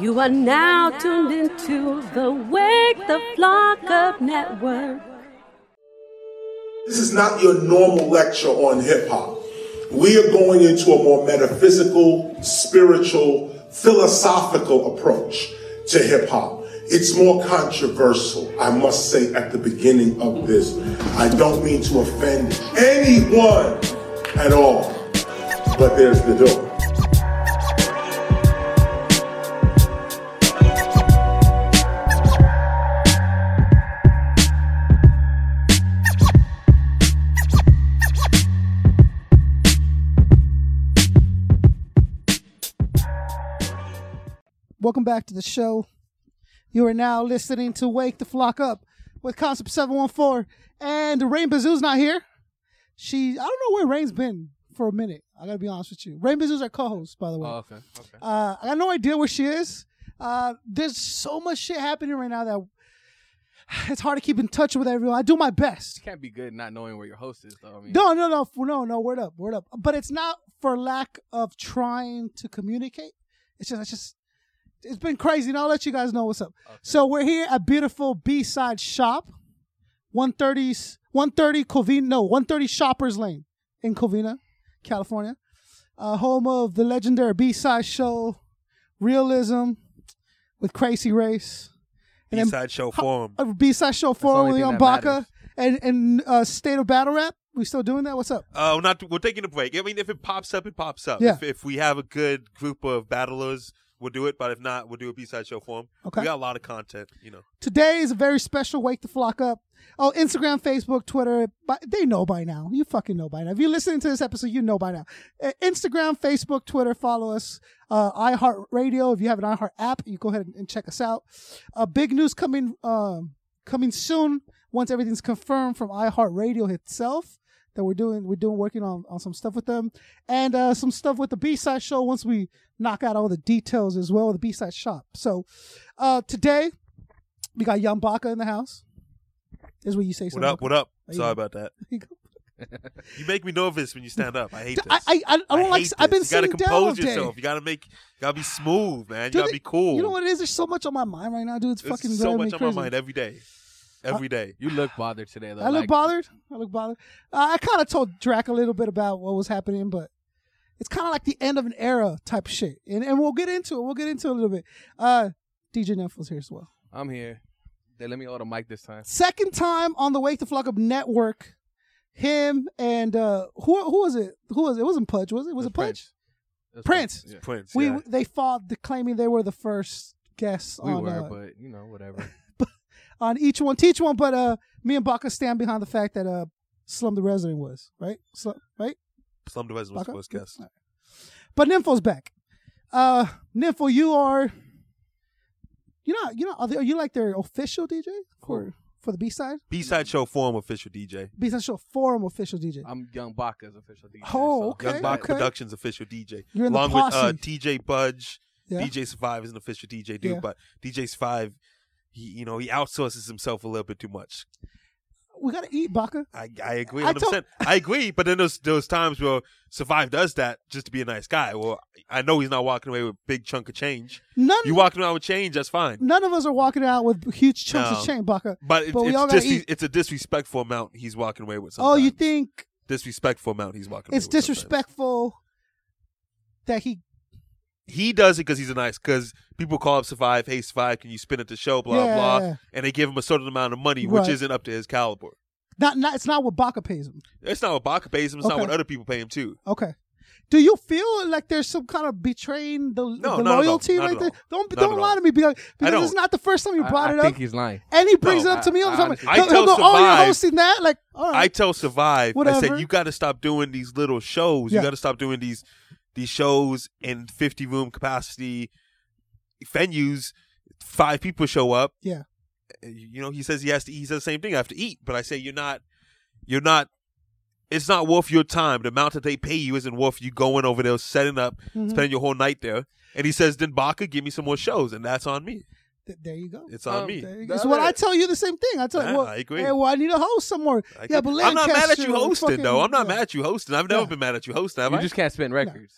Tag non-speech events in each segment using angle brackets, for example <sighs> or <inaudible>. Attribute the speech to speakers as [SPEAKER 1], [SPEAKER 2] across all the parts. [SPEAKER 1] You are now tuned into the Wake the Flock Up Network.
[SPEAKER 2] This is not your normal lecture on hip hop. We are going into a more metaphysical, spiritual, philosophical approach to hip hop. It's more controversial, I must say, at the beginning of this. I don't mean to offend anyone at all, but there's the door.
[SPEAKER 3] Welcome back to the show. You are now listening to Wake the Flock Up with Concept 714. And Rain Bazoo's not here. She, I don't know where Rain's been for a minute. I gotta be honest with you. Rain Bazoo's our co host, by the way.
[SPEAKER 4] Oh, okay. Okay.
[SPEAKER 3] Uh, I got no idea where she is. Uh, there's so much shit happening right now that <sighs> it's hard to keep in touch with everyone. I do my best.
[SPEAKER 4] Can't be good not knowing where your host is, though. I mean,
[SPEAKER 3] No, no, no, f- no, no. Word up, word up. But it's not for lack of trying to communicate. It's just, it's just, it's been crazy, and I'll let you guys know what's up. So we're here at beautiful B Side Shop, 130s, 130 Covina, no, 130 Shoppers Lane in Covina, California, uh, home of the legendary B Side Show, Realism, with Crazy Race, and then-
[SPEAKER 5] B-side show forum.
[SPEAKER 3] a B-side show
[SPEAKER 4] only
[SPEAKER 3] formerly
[SPEAKER 4] thing
[SPEAKER 3] on
[SPEAKER 4] that
[SPEAKER 3] Baka
[SPEAKER 4] matters.
[SPEAKER 3] and and uh, State of Battle Rap. We still doing that? What's up?
[SPEAKER 5] Uh, we're not we're taking a break. I mean, if it pops up, it pops up.
[SPEAKER 3] Yeah.
[SPEAKER 5] If, if we have a good group of battlers, we'll do it. But if not, we'll do a B-side show form.
[SPEAKER 3] Okay.
[SPEAKER 5] We got a lot of content, you know.
[SPEAKER 3] Today is a very special wake the flock up. Oh, Instagram, Facebook, Twitter, but they know by now. You fucking know by now. If you're listening to this episode, you know by now. Uh, Instagram, Facebook, Twitter, follow us. Uh, iHeartRadio. If you have an iHeart app, you go ahead and- and check us out. Uh, big news coming um, coming soon. Once everything's confirmed from iHeartRadio itself, that we're doing we're doing working on, on some stuff with them and uh, some stuff with the B side show. Once we knock out all the details as well, the B side shop. So uh, today we got Young Baka in the house. Is what you say.
[SPEAKER 5] What
[SPEAKER 3] something.
[SPEAKER 5] up? What up?
[SPEAKER 3] There you
[SPEAKER 5] Sorry
[SPEAKER 3] go.
[SPEAKER 5] about that.
[SPEAKER 3] There you go.
[SPEAKER 5] <laughs> You make me nervous when you stand up. I hate this.
[SPEAKER 3] I, I, I I don't like.
[SPEAKER 5] hate
[SPEAKER 3] I've
[SPEAKER 5] this.
[SPEAKER 3] been
[SPEAKER 5] You gotta
[SPEAKER 3] sitting down all
[SPEAKER 5] compose
[SPEAKER 3] day.
[SPEAKER 5] yourself. You gotta make. You gotta be smooth, man. You
[SPEAKER 3] Dude,
[SPEAKER 5] gotta be cool.
[SPEAKER 3] You know what it is? There's so much on my mind right now, dude. It's
[SPEAKER 5] There's
[SPEAKER 3] fucking
[SPEAKER 5] so
[SPEAKER 3] driving me
[SPEAKER 5] much on
[SPEAKER 3] crazy. Uh,
[SPEAKER 5] my mind every day. Every day.
[SPEAKER 4] you look bothered today, though.
[SPEAKER 3] I look
[SPEAKER 4] like,
[SPEAKER 3] bothered. I look bothered. Uh, I kind of told Drac a little bit about what was happening, but it's kind of like the end of an era type shit. And and we'll get into it. We'll get into it a little bit. Uh, DJ Neffles here as well.
[SPEAKER 4] I'm here. They let me order mic this time.
[SPEAKER 3] Second time on the Wake the Flock Up Network. Him and uh, who who was it? Who was it? It wasn't Pudge, was it? Was it, Pudge?
[SPEAKER 4] Prince. That's
[SPEAKER 3] Prince.
[SPEAKER 4] Yeah.
[SPEAKER 5] Prince.
[SPEAKER 3] We
[SPEAKER 5] yeah.
[SPEAKER 3] they fought the, claiming they were the first guests
[SPEAKER 4] We
[SPEAKER 3] on
[SPEAKER 4] were,
[SPEAKER 3] uh,
[SPEAKER 4] but you know, whatever.
[SPEAKER 3] on each one, teach one. But uh, me and Baka stand behind the fact that uh, Slum the Resident was right, Slum, right.
[SPEAKER 5] Slum Device was
[SPEAKER 3] Baka?
[SPEAKER 5] first guest.
[SPEAKER 3] But Nympho's back. Uh, Nympho, you are. You're not. You're not. Are, they, are you like their official DJ for for the B side?
[SPEAKER 5] B-side show form official DJ.
[SPEAKER 3] B side show forum official DJ.
[SPEAKER 5] Uh,
[SPEAKER 4] I'm Young Baka's official DJ.
[SPEAKER 3] Oh,
[SPEAKER 4] so-
[SPEAKER 3] okay,
[SPEAKER 5] Young Bach
[SPEAKER 3] okay.
[SPEAKER 5] Productions official DJ.
[SPEAKER 3] You're in the
[SPEAKER 5] Along with uh,
[SPEAKER 3] posse.
[SPEAKER 5] TJ Budge.
[SPEAKER 3] Yeah.
[SPEAKER 5] DJ Survive is an official DJ dude,
[SPEAKER 3] Yeah.
[SPEAKER 5] but DJ Survive, he you know he outsources himself a little bit too much.
[SPEAKER 3] We gotta eat Baka.
[SPEAKER 5] I I agree
[SPEAKER 3] I
[SPEAKER 5] 100. percent I agree, but then there's those times where Survive does that just to be a nice guy. Well, I know he's not walking away with a big chunk of change.
[SPEAKER 3] None.
[SPEAKER 5] You walking around with change, that's fine.
[SPEAKER 3] none of us are walking out with huge chunks
[SPEAKER 5] No.
[SPEAKER 3] of chain, Baka.
[SPEAKER 5] But, it,
[SPEAKER 3] But we all
[SPEAKER 5] it's
[SPEAKER 3] gotta
[SPEAKER 5] dis-
[SPEAKER 3] eat.
[SPEAKER 5] it's a disrespectful amount he's walking away with.
[SPEAKER 3] Oh, you
[SPEAKER 5] sometimes.
[SPEAKER 3] think
[SPEAKER 5] disrespectful amount he's walking.
[SPEAKER 3] it's
[SPEAKER 5] away with sometimes.
[SPEAKER 3] disrespectful that he
[SPEAKER 5] he does it because he's a nice because people call up survive hey survive can you spin at the show blah
[SPEAKER 3] Yeah.
[SPEAKER 5] blah and they give him a certain amount of money which
[SPEAKER 3] Right.
[SPEAKER 5] isn't up to his caliber
[SPEAKER 3] not not it's not what Baka pays him?
[SPEAKER 5] it's not what Baka pays him it's not
[SPEAKER 3] Okay.
[SPEAKER 5] what other people pay him too
[SPEAKER 3] Okay. Do you feel like there's some kind of betraying the,
[SPEAKER 5] No,
[SPEAKER 3] the
[SPEAKER 5] not at all.
[SPEAKER 3] loyalty
[SPEAKER 5] Not
[SPEAKER 3] right
[SPEAKER 5] at
[SPEAKER 3] there?
[SPEAKER 5] all.
[SPEAKER 3] Don't
[SPEAKER 5] Not
[SPEAKER 3] don't
[SPEAKER 5] at
[SPEAKER 3] lie
[SPEAKER 5] all.
[SPEAKER 3] to me because, because
[SPEAKER 5] don't.
[SPEAKER 3] it's not the first time you
[SPEAKER 4] I-
[SPEAKER 3] brought
[SPEAKER 4] I,
[SPEAKER 3] it up.
[SPEAKER 4] think he's lying.
[SPEAKER 3] and he brings it up to me all the
[SPEAKER 4] I-
[SPEAKER 3] time.
[SPEAKER 4] I
[SPEAKER 3] Like,
[SPEAKER 5] honestly- I
[SPEAKER 3] he'll- he'll
[SPEAKER 5] tell
[SPEAKER 3] go, oh, you're
[SPEAKER 5] Survive-
[SPEAKER 3] hosting that? Like, all
[SPEAKER 5] i
[SPEAKER 3] right.
[SPEAKER 5] tell survive i
[SPEAKER 3] Whatever.
[SPEAKER 5] said you got to stop doing these little shows
[SPEAKER 3] Yeah.
[SPEAKER 5] you got to stop doing these these shows in 50 room capacity venues five people show up
[SPEAKER 3] Yeah.
[SPEAKER 5] you know he says he has to eat he says the same thing i have to eat but i say you're not you're not it's not worth your time the amount that they pay you isn't worth you going over there setting up
[SPEAKER 3] Mm-hmm.
[SPEAKER 5] spending your whole night there and he says then baka give me some more shows and that's on me
[SPEAKER 3] Th- there you go.
[SPEAKER 5] it's on
[SPEAKER 4] Um,
[SPEAKER 5] me
[SPEAKER 3] There you go. So when
[SPEAKER 4] that-
[SPEAKER 3] I tell you the same thing, I tell you,
[SPEAKER 5] Yeah,
[SPEAKER 3] well,
[SPEAKER 5] I agree.
[SPEAKER 3] Hey, well, I need a host somewhere.
[SPEAKER 5] I
[SPEAKER 3] yeah,
[SPEAKER 5] could-
[SPEAKER 3] but
[SPEAKER 5] I'm not mad at
[SPEAKER 3] Lancaster
[SPEAKER 5] you
[SPEAKER 3] and
[SPEAKER 5] hosting
[SPEAKER 3] fucking-
[SPEAKER 5] though. I'm not
[SPEAKER 3] yeah.
[SPEAKER 5] mad at you hosting. I've never
[SPEAKER 3] Yeah.
[SPEAKER 5] been mad at you hosting. Have
[SPEAKER 4] You
[SPEAKER 5] I?
[SPEAKER 4] just can't spin records.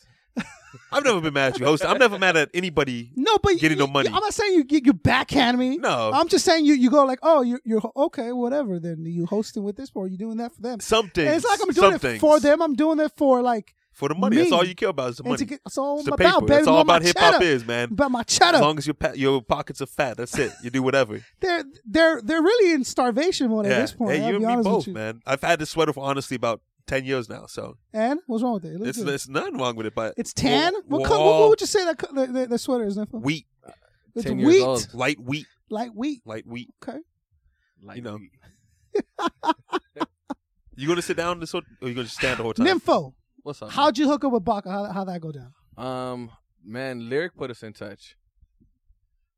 [SPEAKER 5] I've never been mad at you, host. I'm never mad at anybody.
[SPEAKER 3] No, but
[SPEAKER 5] Getting
[SPEAKER 3] you,
[SPEAKER 5] no money.
[SPEAKER 3] I'm not saying you you you backhand me.
[SPEAKER 5] No.
[SPEAKER 3] I'm just saying you you go like, oh, you're you're okay, whatever. Then you hosting with this for you doing that for them.
[SPEAKER 5] Something.
[SPEAKER 3] And it's like I'm doing it for them. I'm doing it for like
[SPEAKER 5] For the money. That's
[SPEAKER 3] me.
[SPEAKER 5] all you care about is the
[SPEAKER 3] and
[SPEAKER 5] money.
[SPEAKER 3] to get, it's all
[SPEAKER 5] It's the
[SPEAKER 3] about
[SPEAKER 5] paper.
[SPEAKER 3] baby.
[SPEAKER 5] That's all
[SPEAKER 3] want my
[SPEAKER 5] about hip hop
[SPEAKER 3] cheddar.
[SPEAKER 5] is, man.
[SPEAKER 3] About my
[SPEAKER 5] As
[SPEAKER 3] cheddar.
[SPEAKER 5] long as your pa- your pockets are fat, that's it. You
[SPEAKER 3] <laughs>
[SPEAKER 5] do whatever.
[SPEAKER 3] they're they're they're really in starvation mode at
[SPEAKER 5] yeah.
[SPEAKER 3] this point.
[SPEAKER 5] hey,
[SPEAKER 3] I'll
[SPEAKER 5] you
[SPEAKER 3] be
[SPEAKER 5] and me
[SPEAKER 3] honest with
[SPEAKER 5] both,
[SPEAKER 3] you.
[SPEAKER 5] man. I've had this sweater for honestly about ten years now, so
[SPEAKER 3] And what's wrong with it? It looks
[SPEAKER 5] it's
[SPEAKER 3] good.
[SPEAKER 5] there's nothing wrong with it. But
[SPEAKER 3] It's tan.
[SPEAKER 5] We're-
[SPEAKER 3] what,
[SPEAKER 5] we're
[SPEAKER 3] co- what,
[SPEAKER 5] all
[SPEAKER 3] what would you say that co- the, the, the sweater is? Niffa?
[SPEAKER 5] Wheat,
[SPEAKER 3] It's
[SPEAKER 4] 10 years
[SPEAKER 3] wheat,
[SPEAKER 4] old.
[SPEAKER 5] light wheat,
[SPEAKER 3] like wheat.
[SPEAKER 5] light wheat.
[SPEAKER 3] Okay.
[SPEAKER 4] Like,
[SPEAKER 5] You know. You gonna sit down this whole, or you gonna stand the whole time?
[SPEAKER 3] Nympho,
[SPEAKER 4] what's up?
[SPEAKER 3] how'd you hook up with Baka? How how that go down?
[SPEAKER 4] Um, man, lyric put us in touch.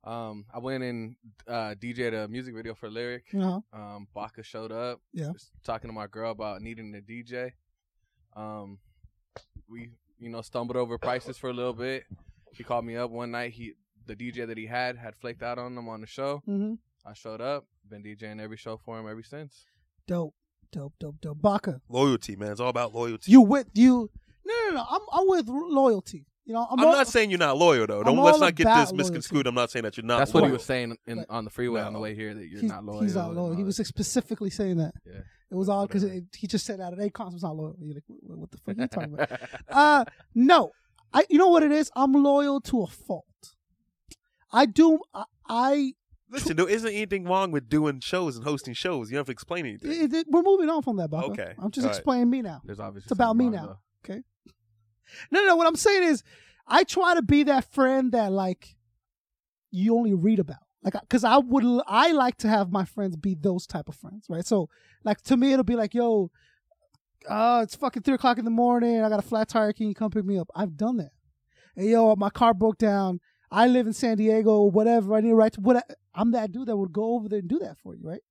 [SPEAKER 4] Um, I went and uh, DJ'd a music video for lyric.
[SPEAKER 3] Uh-huh.
[SPEAKER 4] Um, Baka showed up.
[SPEAKER 3] Yeah.
[SPEAKER 4] was talking to my girl about needing a DJ. Um, we you know stumbled over prices for a little bit. He called me up one night. He the DJ that he had had flaked out on him on the show.
[SPEAKER 3] Mm-hmm.
[SPEAKER 4] I showed up. Been DJing every show for him ever since.
[SPEAKER 3] Dope, dope, dope, dope. Baka,
[SPEAKER 5] Loyalty, man. It's all about loyalty.
[SPEAKER 3] you with you? No, no, no. I'm I'm with loyalty. You know, I'm,
[SPEAKER 5] I'm
[SPEAKER 3] all-
[SPEAKER 5] not saying you're not loyal though. Don't
[SPEAKER 3] I'm
[SPEAKER 5] let's
[SPEAKER 3] all
[SPEAKER 5] not get
[SPEAKER 3] about
[SPEAKER 5] this
[SPEAKER 3] loyalty.
[SPEAKER 5] misconstrued. I'm not saying that you're not.
[SPEAKER 4] That's
[SPEAKER 5] loyal.
[SPEAKER 4] what he was saying in, on the freeway on the
[SPEAKER 5] Uh, No.
[SPEAKER 4] way here that you're
[SPEAKER 3] he's
[SPEAKER 4] not loyal.
[SPEAKER 3] He's not
[SPEAKER 4] and
[SPEAKER 3] loyal.
[SPEAKER 4] all
[SPEAKER 3] He
[SPEAKER 4] that.
[SPEAKER 3] was specifically saying that.
[SPEAKER 4] Yeah.
[SPEAKER 3] It was all because
[SPEAKER 5] Whatever.
[SPEAKER 3] he just said out of Akon's was not loyal. You're like, "Wh- what the fuck are you talking
[SPEAKER 4] <laughs>
[SPEAKER 3] about? uh, no, I. You know what it is? I'm loyal to a fault. I do. I. I
[SPEAKER 5] Listen, there isn't anything wrong with doing shows and hosting shows. You don't have to explain anything.
[SPEAKER 3] it, it- we're moving on from that, Baka.
[SPEAKER 5] Okay.
[SPEAKER 3] I'm just
[SPEAKER 5] All right.
[SPEAKER 3] explaining me now.
[SPEAKER 4] There's obviously
[SPEAKER 3] It's about
[SPEAKER 4] something
[SPEAKER 3] me
[SPEAKER 4] wrong,
[SPEAKER 3] now.
[SPEAKER 4] though.
[SPEAKER 3] No, no, no. What I'm saying is, I try to be that friend that like you only read about. Like, cause I would, l- I like to have my friends be those type of friends, right? So, like to me, it'll be like, yo, uh, it's fucking three o'clock in the morning. I got a flat tire. Can you come pick me up? I've done that. Hey, yo, my car broke down. I live in San Diego. Whatever. I need to write to what. I'm that dude that would go over there and do that for you, right?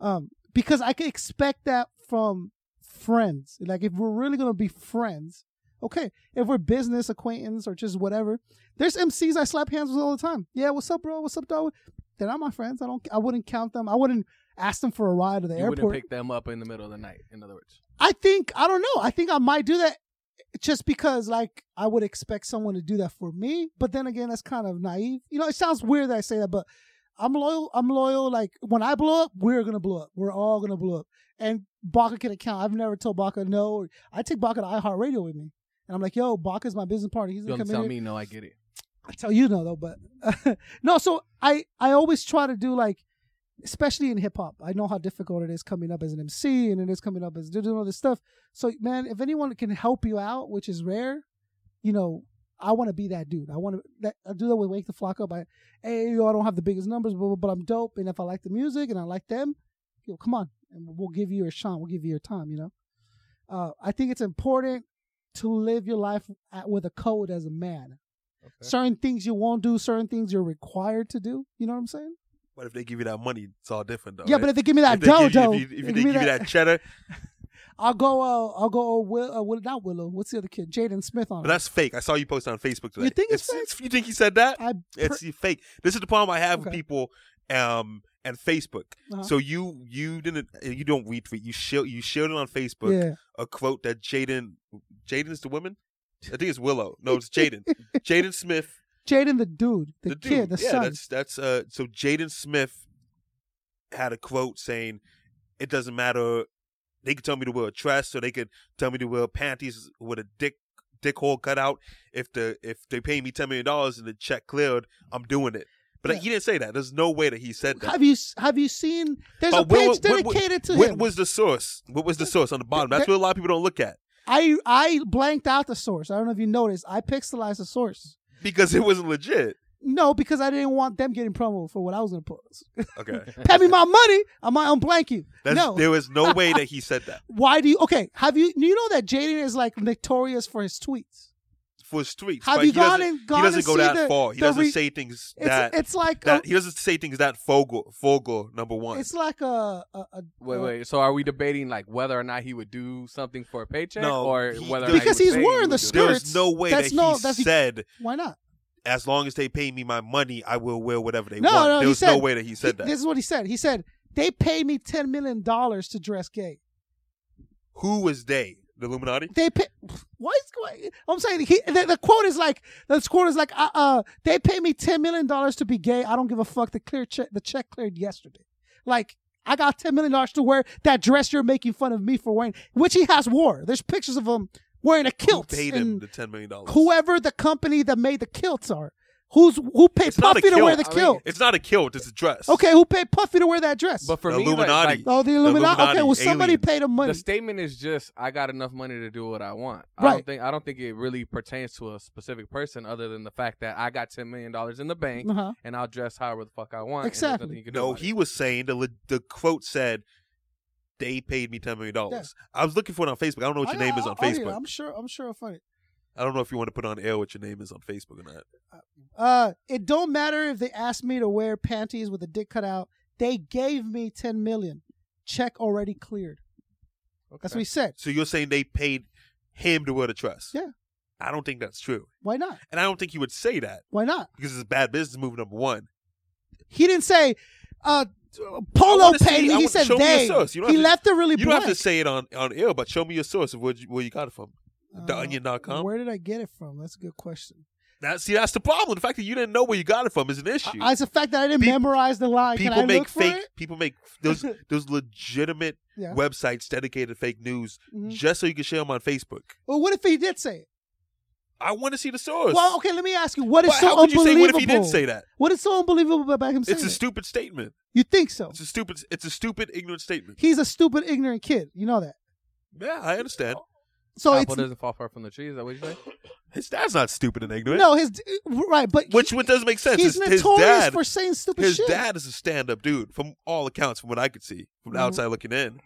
[SPEAKER 3] Um, because I could expect that from friends. Like, if we're really gonna be friends, okay. If we're business acquaintance or just whatever, there's MCs I slap hands with all the time. Yeah, what's up, bro? What's up, dog? They're not my friends. I don't. I wouldn't count them. I wouldn't ask them for a ride to the
[SPEAKER 4] You wouldn't
[SPEAKER 3] airport.
[SPEAKER 4] pick them up in the middle of the night. In other words,
[SPEAKER 3] I think I don't know. I think I might do that just because like I would expect someone to do that for me. But then again, that's kind of naive. You know, it sounds weird that I say that, but I'm loyal. I'm loyal. Like when I blow up, we're gonna blow up. We're all gonna blow up. And Baka can account. I've never told Baka no. I take Baka to iHeartRadio with me. And I'm like, yo, Baka's my business partner. He's
[SPEAKER 4] you
[SPEAKER 3] gonna
[SPEAKER 4] don't
[SPEAKER 3] come in.
[SPEAKER 4] tell
[SPEAKER 3] here.
[SPEAKER 4] me. No, I get it.
[SPEAKER 3] I tell you no though, but <laughs> no. So I I always try to do like, especially in hip hop. I know how difficult it is coming up as an MC and it is coming up as doing all this stuff. So man, if anyone can help you out, which is rare, you know, I want to be that dude. I want to that I do that with Wake the Flock Up. I hey yo, I don't have the biggest numbers, but but I'm dope. And if I like the music and I like them, yo, come on, and we'll give you your shot. We'll give you your time. You know, uh, I think it's important to live your life at, with a code as a man certain things you won't do, certain things you're required to do. You know what I'm saying?
[SPEAKER 5] But if they give you that money, it's all different though.
[SPEAKER 3] yeah,
[SPEAKER 5] right?
[SPEAKER 3] but if they give me that
[SPEAKER 5] Oh, if they
[SPEAKER 3] dough,
[SPEAKER 5] give you,
[SPEAKER 3] dough,
[SPEAKER 5] if you, if
[SPEAKER 3] they
[SPEAKER 5] they give you that,
[SPEAKER 3] <laughs>
[SPEAKER 5] cheddar,
[SPEAKER 3] I'll go. Uh, I'll go. Uh, Will, uh, Will, not Willow. What's the other kid? Jaden Smith on.
[SPEAKER 5] but
[SPEAKER 3] it.
[SPEAKER 5] that's fake. I saw you post on Facebook today.
[SPEAKER 3] You think it's
[SPEAKER 5] You think he said that?
[SPEAKER 3] I
[SPEAKER 5] it's fake. This is the problem I have with
[SPEAKER 3] Okay.
[SPEAKER 5] people um and Facebook.
[SPEAKER 3] Uh-huh.
[SPEAKER 5] So you you didn't you don't retweet. You shield you shielded on Facebook
[SPEAKER 3] yeah.
[SPEAKER 5] a quote that Jaden Jaden's the woman. I think it's Willow.
[SPEAKER 3] <laughs>
[SPEAKER 5] No, it's Jaden. Jaden Smith
[SPEAKER 3] Jaden the dude, the, kid,
[SPEAKER 5] dude.
[SPEAKER 3] the
[SPEAKER 5] yeah,
[SPEAKER 3] son.
[SPEAKER 5] that's that's uh. So Jaden Smith had a quote saying, "It doesn't matter. They could tell me to wear a dress, or they could tell me to wear panties with a dick dick hole cut out. If the if they pay me ten million dollars and the check cleared, I'm doing it." But
[SPEAKER 3] Yeah.
[SPEAKER 5] he didn't say that. There's no way that he said that.
[SPEAKER 3] Have you have you seen? There's a
[SPEAKER 5] But
[SPEAKER 3] page
[SPEAKER 5] what- what- what-
[SPEAKER 3] dedicated to
[SPEAKER 5] what
[SPEAKER 3] him.
[SPEAKER 5] was the source? What was the source on the bottom? That's
[SPEAKER 3] There-
[SPEAKER 5] what a lot of people don't look at
[SPEAKER 3] I I blanked out the source. I don't know if you noticed. I pixelized the source.
[SPEAKER 5] because it wasn't legit.
[SPEAKER 3] No, because I didn't want them getting promo for what I was gonna post.
[SPEAKER 5] Okay,
[SPEAKER 3] Pay me my money. I might unblank you. <laughs>
[SPEAKER 5] That's,
[SPEAKER 3] no,
[SPEAKER 5] there was no way that he said that
[SPEAKER 3] why do you okay have you you know that jaden is like notorious for his tweets
[SPEAKER 5] for streets.
[SPEAKER 3] Have
[SPEAKER 5] but
[SPEAKER 3] you
[SPEAKER 5] he doesn't-
[SPEAKER 3] gone and- gone
[SPEAKER 5] He doesn't
[SPEAKER 3] and
[SPEAKER 5] go
[SPEAKER 3] see
[SPEAKER 5] that
[SPEAKER 3] the-
[SPEAKER 5] far. He
[SPEAKER 3] the
[SPEAKER 5] doesn't
[SPEAKER 3] re-
[SPEAKER 5] say things
[SPEAKER 3] it's
[SPEAKER 5] that
[SPEAKER 3] it's like
[SPEAKER 5] that
[SPEAKER 3] a,
[SPEAKER 5] he doesn't say things that Fogel Fogel number one.
[SPEAKER 3] it's like a, a, a
[SPEAKER 4] Wait,
[SPEAKER 3] a-
[SPEAKER 4] wait. So are we debating like whether or not he would do something for a paycheck,
[SPEAKER 5] No,
[SPEAKER 4] or
[SPEAKER 5] he-
[SPEAKER 4] whether or not
[SPEAKER 3] because
[SPEAKER 4] he would
[SPEAKER 3] he's
[SPEAKER 4] say he
[SPEAKER 3] wearing
[SPEAKER 4] would
[SPEAKER 3] the
[SPEAKER 4] do it?
[SPEAKER 5] there
[SPEAKER 3] skirts,
[SPEAKER 5] is no way
[SPEAKER 3] that's
[SPEAKER 5] that
[SPEAKER 3] no-
[SPEAKER 5] he
[SPEAKER 3] that's-
[SPEAKER 5] said,
[SPEAKER 3] why not
[SPEAKER 5] as long as they pay me my money, I will wear whatever they
[SPEAKER 3] no
[SPEAKER 5] want.
[SPEAKER 3] no
[SPEAKER 5] there
[SPEAKER 3] he
[SPEAKER 5] was
[SPEAKER 3] said,
[SPEAKER 5] no way that he said that.
[SPEAKER 3] this is what he said he said they pay me 10 million dollars to dress gay
[SPEAKER 5] Who was they? The Illuminati?
[SPEAKER 3] they pay. What is going? I'm saying he, the, the quote is like the quote is like uh, uh they pay me ten million dollars to be gay. I don't give a fuck. The clear check the check cleared yesterday. Like I got ten million dollars to wear that dress you're making fun of me for wearing, which he has wore. There's pictures of him wearing a
[SPEAKER 5] Who
[SPEAKER 3] kilt.
[SPEAKER 5] paid him
[SPEAKER 3] and
[SPEAKER 5] the $10 million?
[SPEAKER 3] whoever the company that made the kilts are, who's who paid
[SPEAKER 5] It's not a
[SPEAKER 3] Puffy to wear the
[SPEAKER 5] kilt. I mean,
[SPEAKER 3] kilt?
[SPEAKER 5] It's not a kilt. It's a dress.
[SPEAKER 3] okay, who paid Puffy to wear that dress?
[SPEAKER 4] But for
[SPEAKER 5] The
[SPEAKER 4] me, like-
[SPEAKER 5] Illuminati.
[SPEAKER 4] like,
[SPEAKER 3] oh, the Illuminati. Okay,
[SPEAKER 5] Illuminati,
[SPEAKER 3] well somebody
[SPEAKER 5] aliens.
[SPEAKER 3] paid him money.
[SPEAKER 4] the statement is just I got enough money to do what I want. I
[SPEAKER 3] Right.
[SPEAKER 4] don't think I don't think it really pertains to a specific person other than the fact that I got ten million dollars in the bank
[SPEAKER 3] Uh-huh.
[SPEAKER 4] and I'll dress however the fuck I want. and there's
[SPEAKER 3] Exactly.
[SPEAKER 4] nothing you can do
[SPEAKER 5] No,
[SPEAKER 4] about it.
[SPEAKER 5] he was saying the le- the quote said they paid me ten million dollars. I was looking for it on Facebook. I don't know what your
[SPEAKER 3] I-
[SPEAKER 5] name is
[SPEAKER 3] I-
[SPEAKER 5] on
[SPEAKER 3] I'll hear it.
[SPEAKER 5] Facebook.
[SPEAKER 3] oh, I'm sure. I'm sure I'll find it.
[SPEAKER 5] I don't know if you want to put on air what your name is on Facebook or not.
[SPEAKER 3] Uh, it don't matter if they asked me to wear panties with a dick cut out. They gave me ten million. Check already cleared. That's what he said.
[SPEAKER 5] So you're saying they paid him to wear the dress?
[SPEAKER 3] Yeah.
[SPEAKER 5] I don't think that's true,
[SPEAKER 3] Why not?
[SPEAKER 5] and I don't think he would say that
[SPEAKER 3] Why not?
[SPEAKER 5] because it's bad business move. Number one,
[SPEAKER 3] He didn't say uh,
[SPEAKER 5] I
[SPEAKER 3] Polo
[SPEAKER 5] wanna see-
[SPEAKER 3] paid
[SPEAKER 5] I
[SPEAKER 3] me. He
[SPEAKER 5] wanna-
[SPEAKER 3] said
[SPEAKER 5] show me your
[SPEAKER 3] they.
[SPEAKER 5] source. You don't
[SPEAKER 3] he
[SPEAKER 5] have to-
[SPEAKER 3] left it really
[SPEAKER 5] you don't
[SPEAKER 3] blank.
[SPEAKER 5] have to say it on on air, but show me your source of where you, where you got it from. The
[SPEAKER 3] Uh,
[SPEAKER 5] Onion.com.
[SPEAKER 3] Where did I get it from? That's a good question.
[SPEAKER 5] That see, that's the problem. The fact that you didn't know where you got it from is an issue.
[SPEAKER 3] I, it's the fact that I didn't
[SPEAKER 5] Peop-
[SPEAKER 3] memorize the line. Can I
[SPEAKER 5] people make
[SPEAKER 3] look
[SPEAKER 5] fake.
[SPEAKER 3] For it?
[SPEAKER 5] People make
[SPEAKER 3] <laughs>
[SPEAKER 5] those those legitimate
[SPEAKER 3] Yeah.
[SPEAKER 5] websites dedicated to fake news
[SPEAKER 3] Mhm.
[SPEAKER 5] just so you can share them on Facebook.
[SPEAKER 3] Well, what if he did say it?
[SPEAKER 5] I want to see the source.
[SPEAKER 3] Well, okay. Let me ask you. What is
[SPEAKER 5] But
[SPEAKER 3] so
[SPEAKER 5] how could you
[SPEAKER 3] unbelievable?
[SPEAKER 5] say what if he didn't say that?
[SPEAKER 3] What is so unbelievable about him saying
[SPEAKER 5] it's a
[SPEAKER 3] that?
[SPEAKER 5] stupid statement.
[SPEAKER 3] You think so?
[SPEAKER 5] It's a stupid. It's a stupid, ignorant statement.
[SPEAKER 3] He's a stupid, ignorant kid. You know that.
[SPEAKER 5] Yeah, I understand.
[SPEAKER 3] So it's
[SPEAKER 4] Apple doesn't fall far from the tree. Is that what you say?
[SPEAKER 5] His dad's not stupid and ignorant.
[SPEAKER 3] no his right, but
[SPEAKER 5] which which doesn't make sense.
[SPEAKER 3] he's
[SPEAKER 5] his, his
[SPEAKER 3] notorious
[SPEAKER 5] dad,
[SPEAKER 3] for saying stupid
[SPEAKER 5] his
[SPEAKER 3] shit.
[SPEAKER 5] dad is a stand-up dude, from all accounts, from what I could see, from the
[SPEAKER 3] Mhm.
[SPEAKER 5] outside looking in.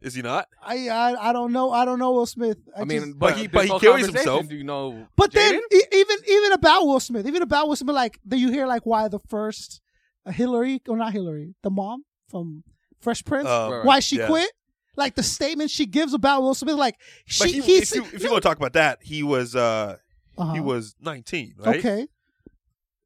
[SPEAKER 5] Is he not?
[SPEAKER 3] I, I I don't know. I don't know Will Smith. I,
[SPEAKER 4] I, mean,
[SPEAKER 3] just-
[SPEAKER 5] but
[SPEAKER 4] but,
[SPEAKER 5] he-
[SPEAKER 4] this
[SPEAKER 5] but he
[SPEAKER 4] whole
[SPEAKER 5] carries
[SPEAKER 4] conversation,
[SPEAKER 5] himself.
[SPEAKER 4] Do you know?
[SPEAKER 3] but then
[SPEAKER 4] Jaden?
[SPEAKER 3] e- even even about Will Smith, even about Will Smith, like do you hear like why the first uh, Hillary or not Hillary, the mom from Fresh Prince,
[SPEAKER 5] Um,
[SPEAKER 3] why she
[SPEAKER 5] yeah.
[SPEAKER 3] quit? Like the statement she gives about Will Smith, like
[SPEAKER 5] But
[SPEAKER 3] she
[SPEAKER 5] he,
[SPEAKER 3] he
[SPEAKER 5] if,
[SPEAKER 3] said-
[SPEAKER 5] you, if you want to talk about that, he was uh,
[SPEAKER 3] Uh-huh.
[SPEAKER 5] he was nineteen, right?
[SPEAKER 3] okay.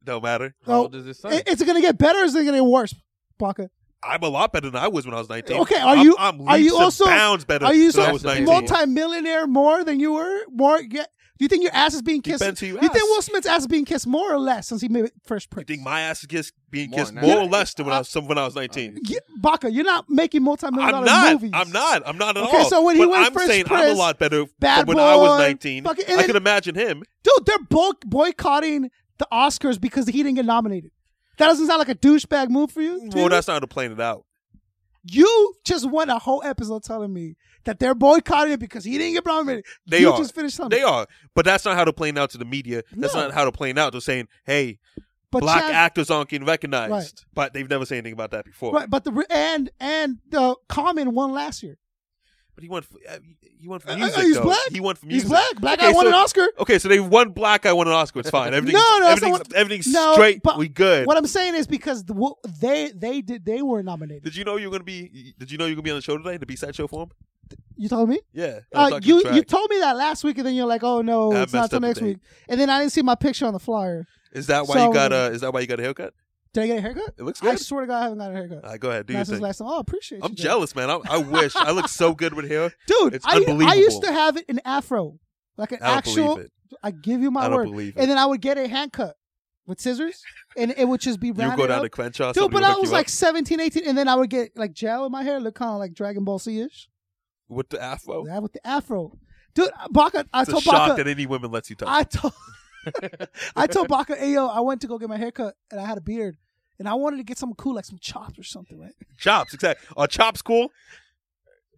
[SPEAKER 5] Don't matter.
[SPEAKER 4] How
[SPEAKER 3] Oh,
[SPEAKER 4] old is his son?
[SPEAKER 3] I- Is it gonna get better? or Is it gonna get worse? Baca.
[SPEAKER 5] I'm a lot better than I was when I was 19.
[SPEAKER 3] Okay, are
[SPEAKER 5] I'm-
[SPEAKER 3] you-
[SPEAKER 5] I'm,
[SPEAKER 3] are you
[SPEAKER 5] leaps and
[SPEAKER 3] also-
[SPEAKER 5] bounds better?
[SPEAKER 3] Are you
[SPEAKER 5] than I
[SPEAKER 3] so
[SPEAKER 5] was
[SPEAKER 4] That's
[SPEAKER 5] 19.
[SPEAKER 4] amazing.
[SPEAKER 3] multi-millionaire more than you were? More? Yeah. Do you think your ass is being kissed?
[SPEAKER 5] Depends who you
[SPEAKER 3] think
[SPEAKER 5] ask.
[SPEAKER 3] Will Smith's ass is being kissed more or less since he made Fresh
[SPEAKER 5] You
[SPEAKER 3] Prince?
[SPEAKER 5] think my ass is kiss, being
[SPEAKER 4] More
[SPEAKER 5] kissed
[SPEAKER 4] now.
[SPEAKER 5] more or
[SPEAKER 4] Yeah.
[SPEAKER 5] less than when
[SPEAKER 3] Uh,
[SPEAKER 5] I was some, when I was 19?
[SPEAKER 3] Yeah, Baca, you're not making multi-million
[SPEAKER 5] I'm
[SPEAKER 3] dollar
[SPEAKER 5] not.
[SPEAKER 3] movies.
[SPEAKER 5] I'm not. I'm not at
[SPEAKER 3] Okay,
[SPEAKER 5] all.
[SPEAKER 3] so when he
[SPEAKER 5] But
[SPEAKER 3] went
[SPEAKER 5] I'm
[SPEAKER 3] first
[SPEAKER 5] saying I'm
[SPEAKER 3] press,
[SPEAKER 5] a lot better
[SPEAKER 3] Bad
[SPEAKER 5] than when I was
[SPEAKER 3] Boy,
[SPEAKER 5] 19.
[SPEAKER 3] fucking- and
[SPEAKER 5] I
[SPEAKER 3] then-
[SPEAKER 5] could imagine him.
[SPEAKER 3] Dude, they're bulk boycotting the Oscars because he didn't get nominated. That doesn't sound like a douchebag move for you. to
[SPEAKER 5] Well,
[SPEAKER 3] you?
[SPEAKER 5] that's not how to plan it out.
[SPEAKER 3] you just won a whole episode telling me that they're boycotting it because he didn't get nominated.
[SPEAKER 5] They
[SPEAKER 3] you
[SPEAKER 5] are.
[SPEAKER 3] just finished telling
[SPEAKER 5] They
[SPEAKER 3] me.
[SPEAKER 5] are. But that's not how to plan out to the media. That's
[SPEAKER 3] No.
[SPEAKER 5] not how to plan out. They're saying, hey,
[SPEAKER 3] But
[SPEAKER 5] black
[SPEAKER 3] Chad-
[SPEAKER 5] actors aren't getting recognized.
[SPEAKER 3] Right.
[SPEAKER 5] But they've never said anything about that before.
[SPEAKER 3] Right, but the re- and and the Common won last year.
[SPEAKER 5] But he won. For, uh, he won for
[SPEAKER 3] Uh, uh,
[SPEAKER 5] music.
[SPEAKER 3] he's
[SPEAKER 5] though.
[SPEAKER 3] black.
[SPEAKER 5] He won for
[SPEAKER 3] He's
[SPEAKER 5] music.
[SPEAKER 3] black. Black guy won an Oscar.
[SPEAKER 5] Okay, so they won black. I won an Oscar.
[SPEAKER 3] <laughs>
[SPEAKER 5] It's fine. Everything's,
[SPEAKER 3] no, no, that's not
[SPEAKER 5] everything's,
[SPEAKER 3] what-
[SPEAKER 5] everything's
[SPEAKER 3] no,
[SPEAKER 5] straight.
[SPEAKER 3] but
[SPEAKER 5] we good.
[SPEAKER 3] What I'm saying is because the, wo- they they did they were nominated.
[SPEAKER 5] did you know you were gonna be? Did you know you were gonna be on the show today? The B side show for him?
[SPEAKER 3] You told me.
[SPEAKER 5] Yeah. I was
[SPEAKER 3] Uh,
[SPEAKER 5] talking
[SPEAKER 3] you
[SPEAKER 5] track.
[SPEAKER 3] you told me that last week, and then you're like, "Oh no,
[SPEAKER 5] I
[SPEAKER 3] it's not
[SPEAKER 5] messed
[SPEAKER 3] till
[SPEAKER 5] up the
[SPEAKER 3] next
[SPEAKER 5] date.
[SPEAKER 3] week." And then I didn't see my picture on the flyer.
[SPEAKER 5] is that why
[SPEAKER 3] so-
[SPEAKER 5] you got a? Is that why you got a haircut?
[SPEAKER 3] Did I get a haircut?
[SPEAKER 5] It looks
[SPEAKER 3] I
[SPEAKER 5] good.
[SPEAKER 3] swear to God, I haven't got a haircut.
[SPEAKER 5] All right, go ahead. Do
[SPEAKER 3] Not
[SPEAKER 5] your
[SPEAKER 3] since
[SPEAKER 5] thing.
[SPEAKER 3] last time. Oh, I appreciate.
[SPEAKER 5] I'm
[SPEAKER 3] you, Jay.
[SPEAKER 5] jealous, man. I, I wish I look so good with
[SPEAKER 3] <laughs>
[SPEAKER 5] hair.
[SPEAKER 3] dude.
[SPEAKER 5] It's
[SPEAKER 3] I, I used
[SPEAKER 5] unbelievable.
[SPEAKER 3] to have an afro, like an
[SPEAKER 5] I don't
[SPEAKER 3] actual.
[SPEAKER 5] believe it.
[SPEAKER 3] I give you my
[SPEAKER 5] I don't
[SPEAKER 3] word.
[SPEAKER 5] believe it.
[SPEAKER 3] And then I would get a hand cut with scissors, and it would just be
[SPEAKER 5] You
[SPEAKER 3] rounded
[SPEAKER 5] go down
[SPEAKER 3] up.
[SPEAKER 5] to Crenshaw.
[SPEAKER 3] Dude,
[SPEAKER 5] somebody
[SPEAKER 3] but
[SPEAKER 5] will
[SPEAKER 3] I
[SPEAKER 5] hook
[SPEAKER 3] was
[SPEAKER 5] you up
[SPEAKER 3] like 17, 18, and then I would get like gel in my hair, look kind of like Dragon Ball Z ish.
[SPEAKER 5] with the afro.
[SPEAKER 3] That with the afro. Dude, uh, Baka, I
[SPEAKER 5] It's a
[SPEAKER 3] told
[SPEAKER 5] shock
[SPEAKER 3] Baka,
[SPEAKER 5] that any woman lets you
[SPEAKER 3] <laughs>
[SPEAKER 5] touch.
[SPEAKER 3] I told,
[SPEAKER 5] <laughs>
[SPEAKER 3] <laughs> I told Baka, hey yo, I went to go get my haircut and I had a beard and I wanted to get something cool like some chops or something, right?
[SPEAKER 5] chops, exactly. Are chops cool?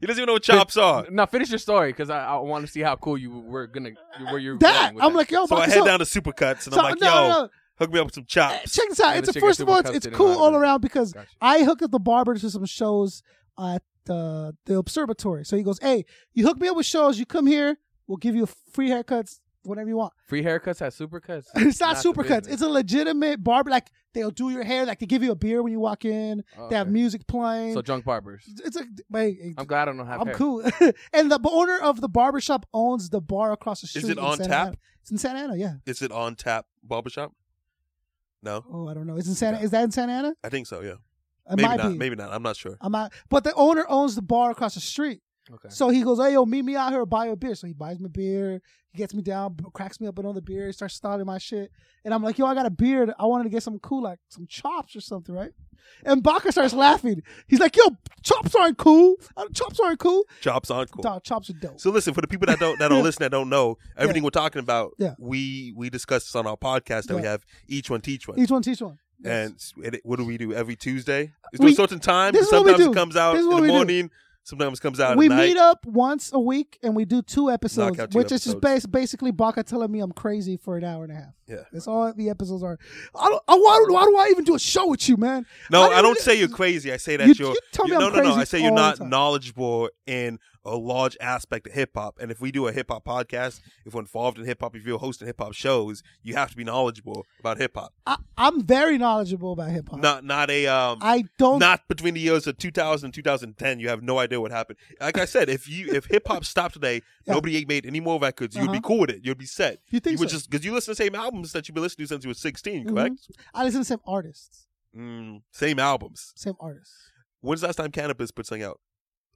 [SPEAKER 5] He doesn't even know what chops are.
[SPEAKER 4] now finish your story because I, I want to see how cool you were gonna where you're.
[SPEAKER 3] That
[SPEAKER 4] going with
[SPEAKER 3] I'm like, yo,
[SPEAKER 5] So I
[SPEAKER 3] Baka,
[SPEAKER 5] head down to Supercuts and
[SPEAKER 3] so-
[SPEAKER 5] I'm like,
[SPEAKER 3] no, no,
[SPEAKER 5] yo,
[SPEAKER 3] no.
[SPEAKER 5] hook me up with some
[SPEAKER 3] Eh,
[SPEAKER 5] chops.
[SPEAKER 3] check this out.
[SPEAKER 4] And
[SPEAKER 3] It's
[SPEAKER 4] the
[SPEAKER 3] a,
[SPEAKER 4] chicken
[SPEAKER 3] first of all, it's,
[SPEAKER 4] supercuts
[SPEAKER 3] it's
[SPEAKER 4] didn't
[SPEAKER 3] cool
[SPEAKER 4] matter.
[SPEAKER 3] all around because
[SPEAKER 4] Gotcha.
[SPEAKER 3] I hooked up the barber to some shows at the the observatory. So he goes, "Hey, you hook me up with shows. You come here, we'll give you free haircuts, whatever you want."
[SPEAKER 4] free haircuts has supercuts.
[SPEAKER 3] <laughs> It's not,
[SPEAKER 4] the
[SPEAKER 3] supercuts.
[SPEAKER 4] business.
[SPEAKER 3] It's a legitimate barber. Like they'll do your hair. Like they give you a beer when you walk in.
[SPEAKER 4] Oh,
[SPEAKER 3] They have
[SPEAKER 4] okay.
[SPEAKER 3] music playing.
[SPEAKER 4] so drunk barbers.
[SPEAKER 3] it's a. Wait,
[SPEAKER 4] I'm glad I don't have.
[SPEAKER 3] I'm
[SPEAKER 4] hair.
[SPEAKER 3] cool. <laughs> and the owner of the barbershop owns the bar across the
[SPEAKER 5] it
[SPEAKER 3] street. in
[SPEAKER 5] on
[SPEAKER 3] Santa
[SPEAKER 5] tap?
[SPEAKER 3] Ana. It's in Santa Ana. Yeah.
[SPEAKER 5] Is it on tap barbershop? No,
[SPEAKER 3] Oh, I don't know. It's in Santa. Is that in Santa Ana? It
[SPEAKER 5] I think so. Yeah,
[SPEAKER 3] might
[SPEAKER 5] maybe not.
[SPEAKER 3] be.
[SPEAKER 5] Maybe not. I'm not sure.
[SPEAKER 3] I'm not. But the owner owns the bar across the street.
[SPEAKER 4] Okay.
[SPEAKER 3] So he goes, "Hey, yo, meet me out here, buy a beer." So he buys me beer. He gets me down, b- cracks me up another beer, he starts starting my shit, and I'm like, "Yo, I got a beard. I wanted to get some cool, like some chops or something, right?" And Baka starts laughing. He's like, "Yo, chops aren't cool. Uh, Chops aren't cool.
[SPEAKER 5] Chops aren't cool.
[SPEAKER 3] Dog, chops are dope."
[SPEAKER 5] So listen, for the people that don't
[SPEAKER 3] <laughs>
[SPEAKER 5] that don't listen, that don't know, everything we're talking about,
[SPEAKER 3] Yeah.
[SPEAKER 5] we we discuss this on our podcast that we
[SPEAKER 3] Yeah.
[SPEAKER 5] have each one teach one.
[SPEAKER 3] each one teach one.
[SPEAKER 5] And s- and it- what do we do every Tuesday? It's
[SPEAKER 3] We-
[SPEAKER 5] a certain time.
[SPEAKER 3] this is what we
[SPEAKER 5] sometimes
[SPEAKER 3] do.
[SPEAKER 5] it comes out
[SPEAKER 3] This is
[SPEAKER 5] in
[SPEAKER 3] what
[SPEAKER 5] the
[SPEAKER 3] we do.
[SPEAKER 5] morning. Sometimes it comes out
[SPEAKER 3] we
[SPEAKER 5] at night.
[SPEAKER 3] meet up once a week and we do two episodes,
[SPEAKER 5] Knock out two
[SPEAKER 3] which is just
[SPEAKER 5] episodes.
[SPEAKER 3] bas- basically Baka telling me I'm crazy for an hour and a half.
[SPEAKER 5] Yeah.
[SPEAKER 3] That's all the episodes are. I don't, I, why, do- why do I even do a show with you, man?
[SPEAKER 5] No,
[SPEAKER 3] do
[SPEAKER 5] I don't
[SPEAKER 3] you-
[SPEAKER 5] say you're crazy. I say that
[SPEAKER 3] You-
[SPEAKER 5] you're.
[SPEAKER 3] you tell me
[SPEAKER 5] no,
[SPEAKER 3] I'm
[SPEAKER 5] no, no.
[SPEAKER 3] crazy
[SPEAKER 5] I say
[SPEAKER 3] all
[SPEAKER 5] you're
[SPEAKER 3] the
[SPEAKER 5] not
[SPEAKER 3] time.
[SPEAKER 5] knowledgeable in a large aspect of hip hop. And if we do a hip hop podcast, if we're involved in hip hop, if you're hosting hip hop shows, you have to be knowledgeable about hip hop.
[SPEAKER 3] I, I'm very knowledgeable about hip hop.
[SPEAKER 5] Not not a um.
[SPEAKER 3] I don't.
[SPEAKER 5] not between the years of 2000 and 2010 you have no idea what happened like i said if you if hip-hop stopped today
[SPEAKER 3] <laughs> Yeah.
[SPEAKER 5] nobody made any more records you'd
[SPEAKER 3] Uh-huh.
[SPEAKER 5] be cool with it you'd be set
[SPEAKER 3] You think
[SPEAKER 5] you would
[SPEAKER 3] so? Mm-hmm.
[SPEAKER 5] just because you listen to the same albums that you've been listening to since you were 16 correct
[SPEAKER 3] I listen to same artists.
[SPEAKER 5] mm, same albums
[SPEAKER 3] Same artists.
[SPEAKER 5] when's the last time cannabis put something out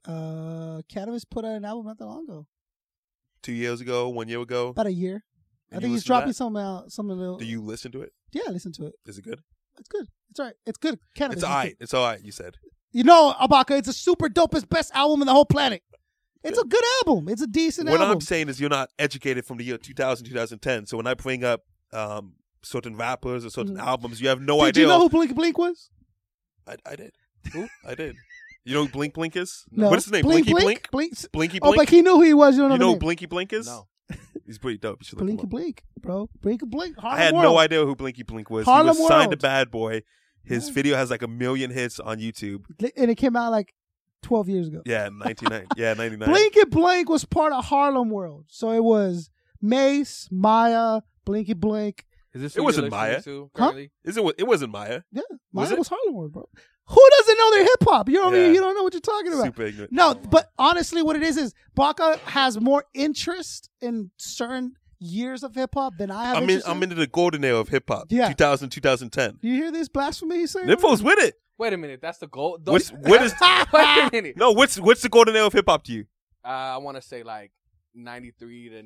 [SPEAKER 3] Uh, Cannabis put out an album not that long ago,
[SPEAKER 5] two years ago one year ago
[SPEAKER 3] about a year. Uh, I
[SPEAKER 5] And
[SPEAKER 3] think
[SPEAKER 5] you
[SPEAKER 3] he's
[SPEAKER 5] listen to
[SPEAKER 3] dropping
[SPEAKER 5] that?
[SPEAKER 3] some out. Some of the.
[SPEAKER 5] do you listen to it
[SPEAKER 3] Yeah, listen to it.
[SPEAKER 5] is it good
[SPEAKER 3] It's good. It's all right. It's good. Cannabis. is
[SPEAKER 5] it's all
[SPEAKER 3] good.
[SPEAKER 5] right it's all right you said
[SPEAKER 3] You know, Abaka, it's a super dopest best album in the whole planet. It's a good album. It's a decent
[SPEAKER 5] what
[SPEAKER 3] album.
[SPEAKER 5] i'm saying is you're not educated from the year 2000 2010 so when i bring up um certain rappers or certain
[SPEAKER 3] Mhm.
[SPEAKER 5] albums you have no
[SPEAKER 3] Did
[SPEAKER 5] idea
[SPEAKER 3] you know who Blink Blink was?
[SPEAKER 5] I, I did. Who? I did. You know who Blink Blink is?
[SPEAKER 3] No.
[SPEAKER 5] What is his name?
[SPEAKER 3] Blink
[SPEAKER 5] Blinky Blink?
[SPEAKER 3] Blink. Blink.
[SPEAKER 5] Blinky
[SPEAKER 3] Oh,
[SPEAKER 5] Blink?
[SPEAKER 3] but he knew who he was. You don't know.
[SPEAKER 5] you know
[SPEAKER 3] the
[SPEAKER 5] who
[SPEAKER 3] name.
[SPEAKER 5] Blinky Blink is?
[SPEAKER 4] No.
[SPEAKER 5] <laughs> He's pretty dope. You should look him
[SPEAKER 3] Blinky
[SPEAKER 5] up.
[SPEAKER 3] Blink, bro. Blinky Blink. Harlem
[SPEAKER 5] I had
[SPEAKER 3] World.
[SPEAKER 5] no idea who Blinky Blink was.
[SPEAKER 3] Harlem
[SPEAKER 5] he was signed to
[SPEAKER 3] World.
[SPEAKER 5] Bad Boy. His video has like a million hits on YouTube.
[SPEAKER 3] And it came out like 12 years ago.
[SPEAKER 5] Yeah,
[SPEAKER 3] <laughs>
[SPEAKER 5] 99. yeah, 99.
[SPEAKER 3] Blinky Blink was part of Harlem World. So it was Mace, Maya, Blinky Blink.
[SPEAKER 4] Is this
[SPEAKER 5] It
[SPEAKER 4] who
[SPEAKER 5] wasn't
[SPEAKER 4] you're listening
[SPEAKER 5] Maya.
[SPEAKER 4] to
[SPEAKER 3] Huh?
[SPEAKER 4] currently?
[SPEAKER 5] Is it, it wasn't Maya.
[SPEAKER 3] Yeah. Maya
[SPEAKER 5] Was
[SPEAKER 3] was,
[SPEAKER 5] it?
[SPEAKER 3] Harlem World, bro. Who doesn't know their hip hop? You don't
[SPEAKER 5] Yeah.
[SPEAKER 3] you don't know what you're talking about.
[SPEAKER 5] Super ignorant.
[SPEAKER 3] No, but honestly, what it is is Baka has more interest in certain years of hip hop than I have.
[SPEAKER 5] I'm, in,
[SPEAKER 3] interest
[SPEAKER 5] I'm into the golden era of hip hop.
[SPEAKER 3] Yeah.
[SPEAKER 5] 2000, 2010.
[SPEAKER 3] Do you hear this blasphemy he's saying?
[SPEAKER 5] Nifo's with it.
[SPEAKER 4] Wait a minute. That's the goal. the- <laughs>
[SPEAKER 5] What's, what is,
[SPEAKER 3] <laughs>
[SPEAKER 4] Wait a minute.
[SPEAKER 5] no, what's, what's the golden era of hip hop to you?
[SPEAKER 4] Uh, I want to say like 93 to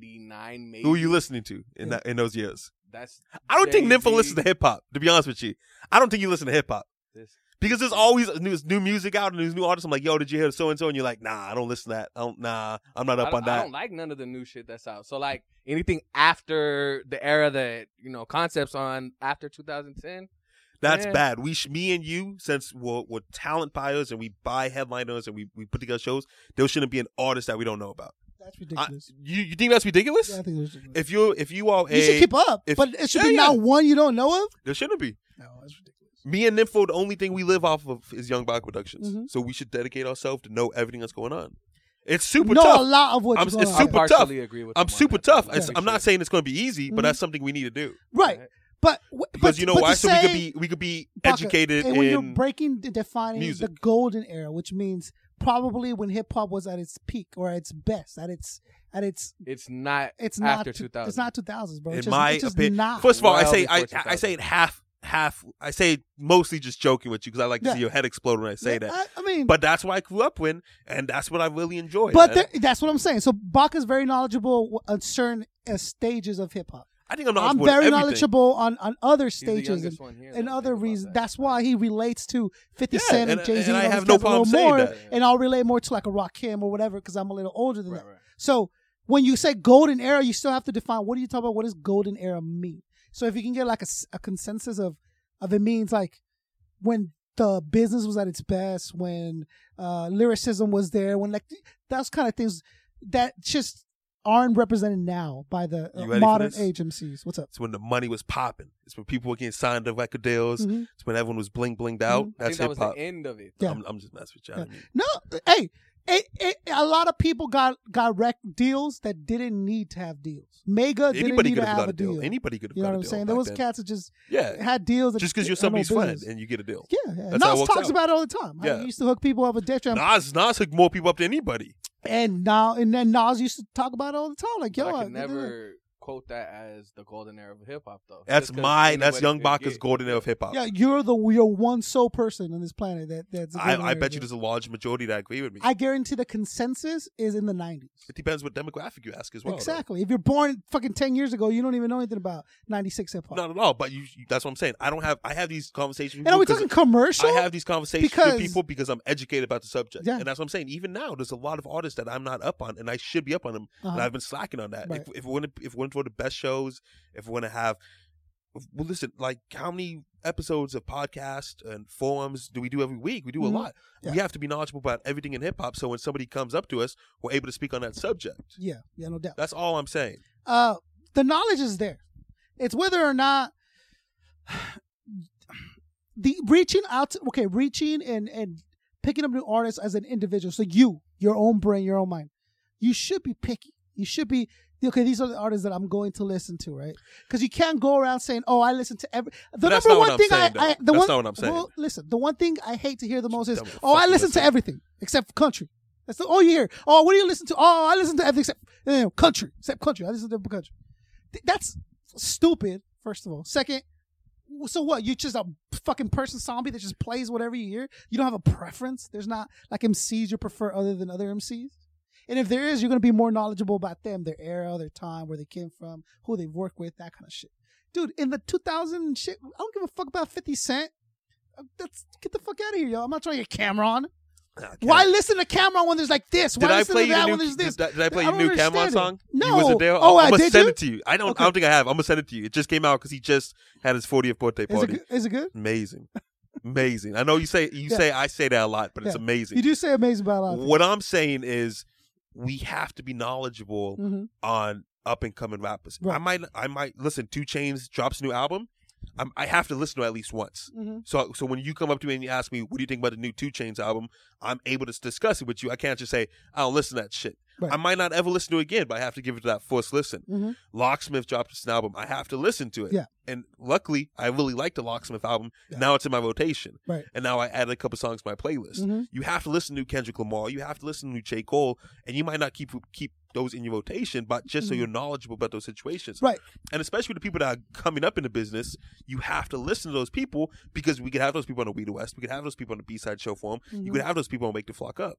[SPEAKER 4] 99, maybe.
[SPEAKER 5] Who are you listening to in, that, in those years?
[SPEAKER 4] That's
[SPEAKER 5] I don't think
[SPEAKER 4] Jay-Z.
[SPEAKER 5] Nympho listens to hip hop. To be honest with you, I don't think you listen to hip hop
[SPEAKER 4] this.
[SPEAKER 5] because there's always new, there's new music out and there's new artists. I'm like, yo, did you hear so and so? And you're like, nah, I don't listen to that. I don't, nah, I'm not
[SPEAKER 4] I
[SPEAKER 5] up
[SPEAKER 4] don't-
[SPEAKER 5] on
[SPEAKER 4] I
[SPEAKER 5] that.
[SPEAKER 4] don't like none of the new shit that's out. So like anything after the era that you know concepts on after 2010.
[SPEAKER 5] That's
[SPEAKER 4] man.
[SPEAKER 5] bad. We, sh- me and you, since we're, we're talent buyers and we buy headliners and we, we put together shows, there shouldn't be an artist that we don't know about.
[SPEAKER 3] That's
[SPEAKER 5] I,
[SPEAKER 3] ridiculous.
[SPEAKER 5] you you think that's ridiculous?
[SPEAKER 3] yeah, I think it's ridiculous.
[SPEAKER 5] If you if you are a,
[SPEAKER 3] you should keep up,
[SPEAKER 5] if-
[SPEAKER 3] but it should
[SPEAKER 5] Yeah,
[SPEAKER 3] be
[SPEAKER 5] yeah.
[SPEAKER 3] not one you don't know of.
[SPEAKER 5] there shouldn't be.
[SPEAKER 3] No, that's ridiculous.
[SPEAKER 5] Me and Nympho, the only thing we live off of is Young Black Productions.
[SPEAKER 3] Mhm.
[SPEAKER 5] So we should dedicate ourselves to know everything that's going on. It's super
[SPEAKER 3] know
[SPEAKER 5] tough.
[SPEAKER 3] a lot of what
[SPEAKER 5] I'm-
[SPEAKER 3] you're going
[SPEAKER 5] it's
[SPEAKER 3] on.
[SPEAKER 4] I
[SPEAKER 5] super tough.
[SPEAKER 4] partially Agree with
[SPEAKER 5] I'm
[SPEAKER 4] him on
[SPEAKER 5] super
[SPEAKER 4] that.
[SPEAKER 5] tough.
[SPEAKER 4] Yeah.
[SPEAKER 5] I'm not saying it's going to be easy,
[SPEAKER 3] Mhm.
[SPEAKER 5] but that's something we need to do
[SPEAKER 3] right. But w-
[SPEAKER 5] because
[SPEAKER 3] but,
[SPEAKER 5] you know
[SPEAKER 3] but to
[SPEAKER 5] why. So we
[SPEAKER 3] say-
[SPEAKER 5] could be we could be
[SPEAKER 3] Baka,
[SPEAKER 5] educated
[SPEAKER 3] and when you're
[SPEAKER 5] in
[SPEAKER 3] breaking de- defining the
[SPEAKER 5] music.
[SPEAKER 3] golden era, which means probably when hip hop was at its peak or at its best, at its at its
[SPEAKER 4] It's not.
[SPEAKER 3] it's not
[SPEAKER 4] after
[SPEAKER 3] two-
[SPEAKER 4] 2000.
[SPEAKER 3] It's not two thousands, bro.
[SPEAKER 5] in
[SPEAKER 3] It's just,
[SPEAKER 5] my
[SPEAKER 3] it's just
[SPEAKER 5] opinion.
[SPEAKER 3] not.
[SPEAKER 5] First of all, I
[SPEAKER 4] Well
[SPEAKER 5] say I
[SPEAKER 4] before
[SPEAKER 5] I say it half half. I say it mostly just joking with you because I like to
[SPEAKER 3] Yeah.
[SPEAKER 5] see your head explode when I say
[SPEAKER 3] Yeah,
[SPEAKER 5] that.
[SPEAKER 3] I, I mean,
[SPEAKER 5] but uh, that's what I grew up with, and that's what I really enjoy.
[SPEAKER 3] But
[SPEAKER 5] man.
[SPEAKER 3] there, that's what I'm saying. So Baka's very knowledgeable w- on certain uh, stages of hip hop.
[SPEAKER 5] I think I'm
[SPEAKER 3] I'm
[SPEAKER 5] knowledgeable.
[SPEAKER 3] very
[SPEAKER 5] in everything.
[SPEAKER 3] knowledgeable on, on other
[SPEAKER 4] He's the
[SPEAKER 3] stages and,
[SPEAKER 4] youngest one here,
[SPEAKER 3] and
[SPEAKER 4] though.
[SPEAKER 3] other
[SPEAKER 4] Think about
[SPEAKER 3] reasons.
[SPEAKER 4] that.
[SPEAKER 3] That's why he relates to 50
[SPEAKER 5] Yeah,
[SPEAKER 3] Cent and,
[SPEAKER 5] and-
[SPEAKER 3] Jay Z.
[SPEAKER 5] and I
[SPEAKER 3] all
[SPEAKER 5] have
[SPEAKER 3] these
[SPEAKER 5] no
[SPEAKER 3] guys a
[SPEAKER 5] problem
[SPEAKER 3] little
[SPEAKER 5] saying
[SPEAKER 3] more,
[SPEAKER 5] that.
[SPEAKER 3] And I'll relate more to like a Rakim or whatever because I'm a little older than
[SPEAKER 4] Right,
[SPEAKER 3] that.
[SPEAKER 4] right.
[SPEAKER 3] So when you say golden era, you still have to define what do you talk about? What does golden era mean? So if you can get like a, s- a consensus of of it means like when the business was at its best, when uh, lyricism was there, when like th- those kind of things that just aren't represented now by the
[SPEAKER 5] You
[SPEAKER 3] uh,
[SPEAKER 5] ready for
[SPEAKER 3] modern
[SPEAKER 5] this?
[SPEAKER 3] agencies. What's up?
[SPEAKER 5] It's when the money was popping. It's when people were getting signed to record deals.
[SPEAKER 3] Mhm.
[SPEAKER 5] It's when everyone was bling blinged out.
[SPEAKER 4] Mm-hmm. I think
[SPEAKER 5] That's
[SPEAKER 4] that
[SPEAKER 5] hip
[SPEAKER 4] was the
[SPEAKER 5] hop.
[SPEAKER 4] end of it.
[SPEAKER 3] Yeah.
[SPEAKER 5] I'm, I'm just messing with you. I don't mean-
[SPEAKER 3] No, hey, it, it, a lot of people got got rec- deals that didn't need to have deals. Mega didn't
[SPEAKER 5] Anybody
[SPEAKER 3] need
[SPEAKER 5] could
[SPEAKER 3] to
[SPEAKER 5] have
[SPEAKER 3] have
[SPEAKER 5] got
[SPEAKER 3] a
[SPEAKER 5] a
[SPEAKER 3] deal.
[SPEAKER 5] deal. Anybody could have
[SPEAKER 3] you know
[SPEAKER 5] got
[SPEAKER 3] what
[SPEAKER 5] a
[SPEAKER 3] I'm
[SPEAKER 5] deal
[SPEAKER 3] saying? There
[SPEAKER 5] back
[SPEAKER 3] was
[SPEAKER 5] then.
[SPEAKER 3] cats that just
[SPEAKER 5] Yeah.
[SPEAKER 3] had deals. That
[SPEAKER 5] Just because you're
[SPEAKER 3] had no
[SPEAKER 5] somebody's friend
[SPEAKER 3] business.
[SPEAKER 5] and you get a deal.
[SPEAKER 3] Yeah, yeah.
[SPEAKER 5] That's how it
[SPEAKER 3] Nas
[SPEAKER 5] works
[SPEAKER 3] talks
[SPEAKER 5] out.
[SPEAKER 3] about it all the time. How
[SPEAKER 5] Yeah.
[SPEAKER 3] He used to hook people up with death jam,
[SPEAKER 5] Nas Nas hooked more people up than anybody.
[SPEAKER 3] and now and then Nas used to talk about it all the time. Like,
[SPEAKER 4] But
[SPEAKER 3] yo,
[SPEAKER 4] I
[SPEAKER 3] I-
[SPEAKER 4] could never quote that as the golden era of hip hop though.
[SPEAKER 5] That's
[SPEAKER 4] Just 'cause
[SPEAKER 5] my
[SPEAKER 4] anybody
[SPEAKER 5] that's Young
[SPEAKER 4] could
[SPEAKER 5] Baka's
[SPEAKER 4] get-
[SPEAKER 5] golden era of hip hop.
[SPEAKER 3] <laughs> Yeah, you're the you're one sole person on this planet that that's.
[SPEAKER 5] I, I
[SPEAKER 3] ignorant
[SPEAKER 5] bet
[SPEAKER 3] of
[SPEAKER 5] you
[SPEAKER 3] it.
[SPEAKER 5] there's a large majority that agree with me.
[SPEAKER 3] I guarantee the consensus is in the nineties.
[SPEAKER 5] it depends what demographic you ask as well. though.
[SPEAKER 3] exactly. If you're born fucking ten years ago, you don't even know anything about '96 hip hop.
[SPEAKER 5] Not at all. But you, you- that's what I'm saying. I don't have. I have these conversations.
[SPEAKER 3] and are we
[SPEAKER 5] with people
[SPEAKER 3] talking
[SPEAKER 5] 'cause
[SPEAKER 3] commercial?
[SPEAKER 5] I have these conversations
[SPEAKER 3] Because-
[SPEAKER 5] with people because I'm educated about the subject,
[SPEAKER 3] Yeah.
[SPEAKER 5] and that's what I'm saying. Even now, there's a lot of artists that I'm not up on, and I should be up on them,
[SPEAKER 3] Uh-huh.
[SPEAKER 5] and I've been slacking on that.
[SPEAKER 3] Right.
[SPEAKER 5] If, if we're gonna, if we're gonna throw the best shows, if we're gonna have, well, listen, like how many episodes of podcasts and forums do we do every week? We do
[SPEAKER 3] Mhm.
[SPEAKER 5] a lot. We
[SPEAKER 3] Yeah.
[SPEAKER 5] have to be knowledgeable about everything in hip hop, so when somebody comes up to us, we're able to speak on that subject.
[SPEAKER 3] yeah, yeah, no doubt.
[SPEAKER 5] That's all I'm saying.
[SPEAKER 3] uh, the knowledge is there. It's whether or not <sighs> the reaching out, to, okay, reaching and and picking up new artists as an individual. So you, your own brain, your own mind, you should be picky. You should be okay. These are the artists that I'm going to listen to, right? Because you can't go around saying, "Oh, I listen to every." The
[SPEAKER 5] That's
[SPEAKER 3] number
[SPEAKER 5] not what
[SPEAKER 3] one
[SPEAKER 5] I'm
[SPEAKER 3] thing
[SPEAKER 5] saying,
[SPEAKER 3] I, I
[SPEAKER 5] though.
[SPEAKER 3] the
[SPEAKER 5] That's
[SPEAKER 3] one,
[SPEAKER 5] not what I'm saying.
[SPEAKER 3] Well, listen, the one thing I hate to hear the most is,
[SPEAKER 5] Tell me what
[SPEAKER 3] "Oh,
[SPEAKER 5] the
[SPEAKER 3] I
[SPEAKER 5] fuck you
[SPEAKER 3] listen to
[SPEAKER 5] listen to."
[SPEAKER 3] everything except for country." That's the, all you hear. Oh, what do you listen to? Oh, I listen to everything except you know, country, except country. I listen to country. Th- That's stupid. First of all, second, so what? You just a fucking person zombie that just plays whatever you hear. You don't have a preference. There's not like MCs you prefer other than other MCs. And if there is, you're gonna be more knowledgeable about them, their era, their time, where they came from, who they work with, that kind of shit. Dude, in the 2000 shit, I don't give a fuck about 50 Cent. Uh, That's get the fuck out of here, yo. I'm not trying to get Cameron. Why listen to Cameron when there's like this? Why
[SPEAKER 5] Did I
[SPEAKER 3] listen
[SPEAKER 5] play
[SPEAKER 3] to
[SPEAKER 5] you
[SPEAKER 3] that
[SPEAKER 5] the
[SPEAKER 3] when
[SPEAKER 5] new?
[SPEAKER 3] there's this?
[SPEAKER 5] Did, I- did I play
[SPEAKER 3] I
[SPEAKER 5] you
[SPEAKER 3] don't
[SPEAKER 5] new Cameron
[SPEAKER 3] understand it.
[SPEAKER 5] song?
[SPEAKER 3] No.
[SPEAKER 5] you wasn't there.
[SPEAKER 3] Oh,
[SPEAKER 5] I'm
[SPEAKER 3] I
[SPEAKER 5] gonna
[SPEAKER 3] did
[SPEAKER 5] send
[SPEAKER 3] you?
[SPEAKER 5] it to you. I don't.
[SPEAKER 3] Okay.
[SPEAKER 5] I don't think I have. I'm gonna send it to you. It just came out because he just had his 40th birthday
[SPEAKER 3] Is it
[SPEAKER 5] party.
[SPEAKER 3] good? Is it good?
[SPEAKER 5] Amazing, amazing. I know you say you
[SPEAKER 3] Yeah.
[SPEAKER 5] say I say that a lot, but it's
[SPEAKER 3] Yeah.
[SPEAKER 5] amazing.
[SPEAKER 3] You do say amazing about a lot. of
[SPEAKER 5] What I'm saying is, we have to be knowledgeable
[SPEAKER 3] things. Mhm.
[SPEAKER 5] on up and coming rappers.
[SPEAKER 3] Right.
[SPEAKER 5] I might, I might listen. Two Chains drops a new album. I'm, I have to listen to it at least once.
[SPEAKER 3] Mhm.
[SPEAKER 5] So, so when you come up to me and you ask me, "What do you think about the new Two Chains album?" I'm able to s- discuss it with you. I can't just say, "I don't listen to that shit."
[SPEAKER 3] Right.
[SPEAKER 5] I might not ever listen to it again, but I have to give it that first listen.
[SPEAKER 3] Mhm.
[SPEAKER 5] Locksmith dropped an album. I have to listen to it.
[SPEAKER 3] Yeah.
[SPEAKER 5] And luckily, I really liked the Locksmith album.
[SPEAKER 3] Yeah.
[SPEAKER 5] Now it's in my rotation.
[SPEAKER 3] Right.
[SPEAKER 5] And now I added a couple songs to my playlist.
[SPEAKER 3] Mhm.
[SPEAKER 5] You have to listen to Kendrick Lamar. You have to listen to J. Cole. And you might not keep keep those in your rotation, but just so you're knowledgeable about those situations.
[SPEAKER 3] Mm-hmm. Right.
[SPEAKER 5] And especially the people that are coming up in the business, you have to listen to those people because we could have those people on the We the West. We could have those people on the B side show form.
[SPEAKER 3] Mm-hmm.
[SPEAKER 5] You could have those people on Wake the Flock Up.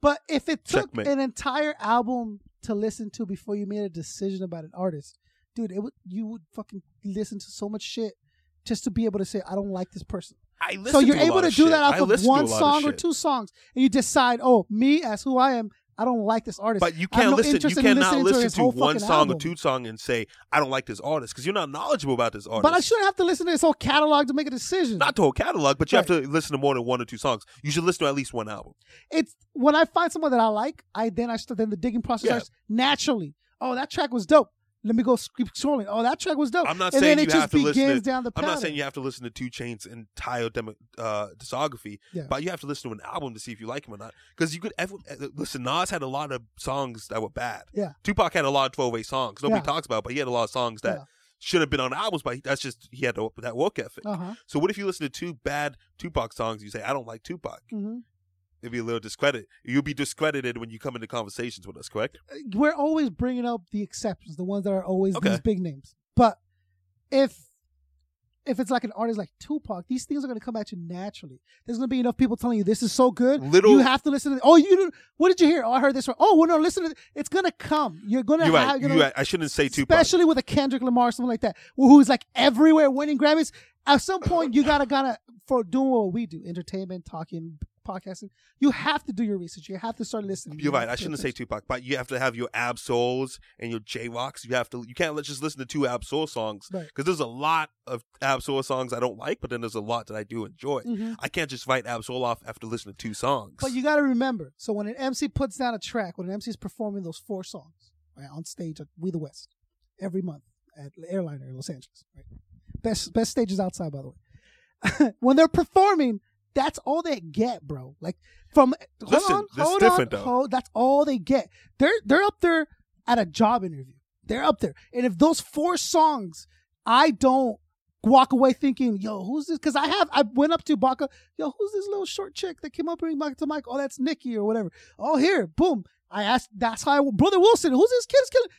[SPEAKER 3] But if it took
[SPEAKER 5] Checkmate.
[SPEAKER 3] an entire album to listen to before you made a decision about an artist, dude, it would you would fucking listen to so much shit just to be able to say I don't like this person.
[SPEAKER 5] I listen
[SPEAKER 3] so you're
[SPEAKER 5] to a
[SPEAKER 3] able
[SPEAKER 5] lot
[SPEAKER 3] to
[SPEAKER 5] of
[SPEAKER 3] do
[SPEAKER 5] shit.
[SPEAKER 3] that
[SPEAKER 5] I
[SPEAKER 3] off of
[SPEAKER 5] listen to a
[SPEAKER 3] one
[SPEAKER 5] lot of
[SPEAKER 3] song or
[SPEAKER 5] shit.
[SPEAKER 3] two songs, and you decide, oh, me as who I am, I don't like this artist.
[SPEAKER 5] But you
[SPEAKER 3] I have
[SPEAKER 5] can't
[SPEAKER 3] no
[SPEAKER 5] listen.
[SPEAKER 3] interest
[SPEAKER 5] You
[SPEAKER 3] in
[SPEAKER 5] cannot
[SPEAKER 3] listening
[SPEAKER 5] listen
[SPEAKER 3] his
[SPEAKER 5] to,
[SPEAKER 3] whole
[SPEAKER 5] one
[SPEAKER 3] fucking
[SPEAKER 5] song
[SPEAKER 3] album.
[SPEAKER 5] or two song and say I don't like this artist because you're not knowledgeable about this artist.
[SPEAKER 3] But I shouldn't have to listen to his whole catalog to make a decision.
[SPEAKER 5] not the whole catalog, but you
[SPEAKER 3] Right.
[SPEAKER 5] have to listen to more than one or two songs. You should listen to at least one album.
[SPEAKER 3] it's when I find someone that I like, I then I start then the digging process
[SPEAKER 5] Yeah.
[SPEAKER 3] starts naturally. Oh, that track was dope. Let me go s- keep scrolling. Oh, that track was dope.
[SPEAKER 5] I'm not
[SPEAKER 3] and
[SPEAKER 5] saying
[SPEAKER 3] then
[SPEAKER 5] you
[SPEAKER 3] it
[SPEAKER 5] have
[SPEAKER 3] just
[SPEAKER 5] to
[SPEAKER 3] begins
[SPEAKER 5] listen. To,
[SPEAKER 3] down the
[SPEAKER 5] I'm
[SPEAKER 3] pattern.
[SPEAKER 5] not saying you have to listen to Two Chain's entire demo, uh, discography,
[SPEAKER 3] Yeah.
[SPEAKER 5] but you have to listen to an album to see if you like him or not. Because you could ever, listen. Nas had a lot of songs that were bad.
[SPEAKER 3] Yeah.
[SPEAKER 5] Tupac had a lot of 12 8 songs. Nobody
[SPEAKER 3] Yeah.
[SPEAKER 5] talks about, it, but he had a lot of songs that
[SPEAKER 3] Yeah.
[SPEAKER 5] should have been on albums. But he, that's just he had the, that work ethic.
[SPEAKER 3] Uh-huh.
[SPEAKER 5] So what if you listen to two bad Tupac songs? and You say I don't like Tupac.
[SPEAKER 3] Mhm.
[SPEAKER 5] It'd be a little discredit. You'll be discredited when you come into conversations with us. Correct?
[SPEAKER 3] we're always bringing up the exceptions, the ones that are always
[SPEAKER 5] Okay.
[SPEAKER 3] these big names. But if if it's like an artist like Tupac, these things are going to come at you naturally. There's going to be enough people telling you this is so good.
[SPEAKER 5] Little-
[SPEAKER 3] you have to listen to. Oh, you don't- what did you hear? Oh, I heard this. From, oh, well, no, listen to. th- It's going to come. You're going to
[SPEAKER 5] You
[SPEAKER 3] have.
[SPEAKER 5] right.
[SPEAKER 3] You're
[SPEAKER 5] You
[SPEAKER 3] gonna,
[SPEAKER 5] right. I shouldn't say Tupac.
[SPEAKER 3] especially with a Kendrick Lamar, or something like that, who's like everywhere winning Grammys. At some point, you gotta gotta for doing what we do, entertainment, talking, podcasting. You have to do your research. You have to start listening.
[SPEAKER 5] You're right. I shouldn't say Tupac, but you have to have your Ab Souls and your J Rocks. You have to. You can't let just listen to two Ab Soul songs
[SPEAKER 3] Right.
[SPEAKER 5] because there's a lot of Ab Soul songs I don't like, but then there's a lot that I do enjoy.
[SPEAKER 3] Mhm.
[SPEAKER 5] I can't just write Ab Soul off after listening to two songs.
[SPEAKER 3] But you got to remember. So when an MC puts down a track, when an MC is performing those four songs right, on stage at We the West every month at Airliner in Los Angeles, right? Best best stages outside, by the way. <laughs> when they're performing, that's all they get, bro. Like from hold
[SPEAKER 5] Listen,
[SPEAKER 3] on,
[SPEAKER 5] that's
[SPEAKER 3] hold
[SPEAKER 5] different,
[SPEAKER 3] on,
[SPEAKER 5] though.
[SPEAKER 3] hold- that's all they get. They're they're up there at a job interview. They're up there, and if those four songs, I don't walk away thinking, yo, who's this? Because I have, I went up to Baka, yo, who's this little short chick that came up and Mike to Mike? Oh, that's Nikki or whatever. Oh, here, boom. I asked, that's how I, Brother Wilson, who's this kid? This kid?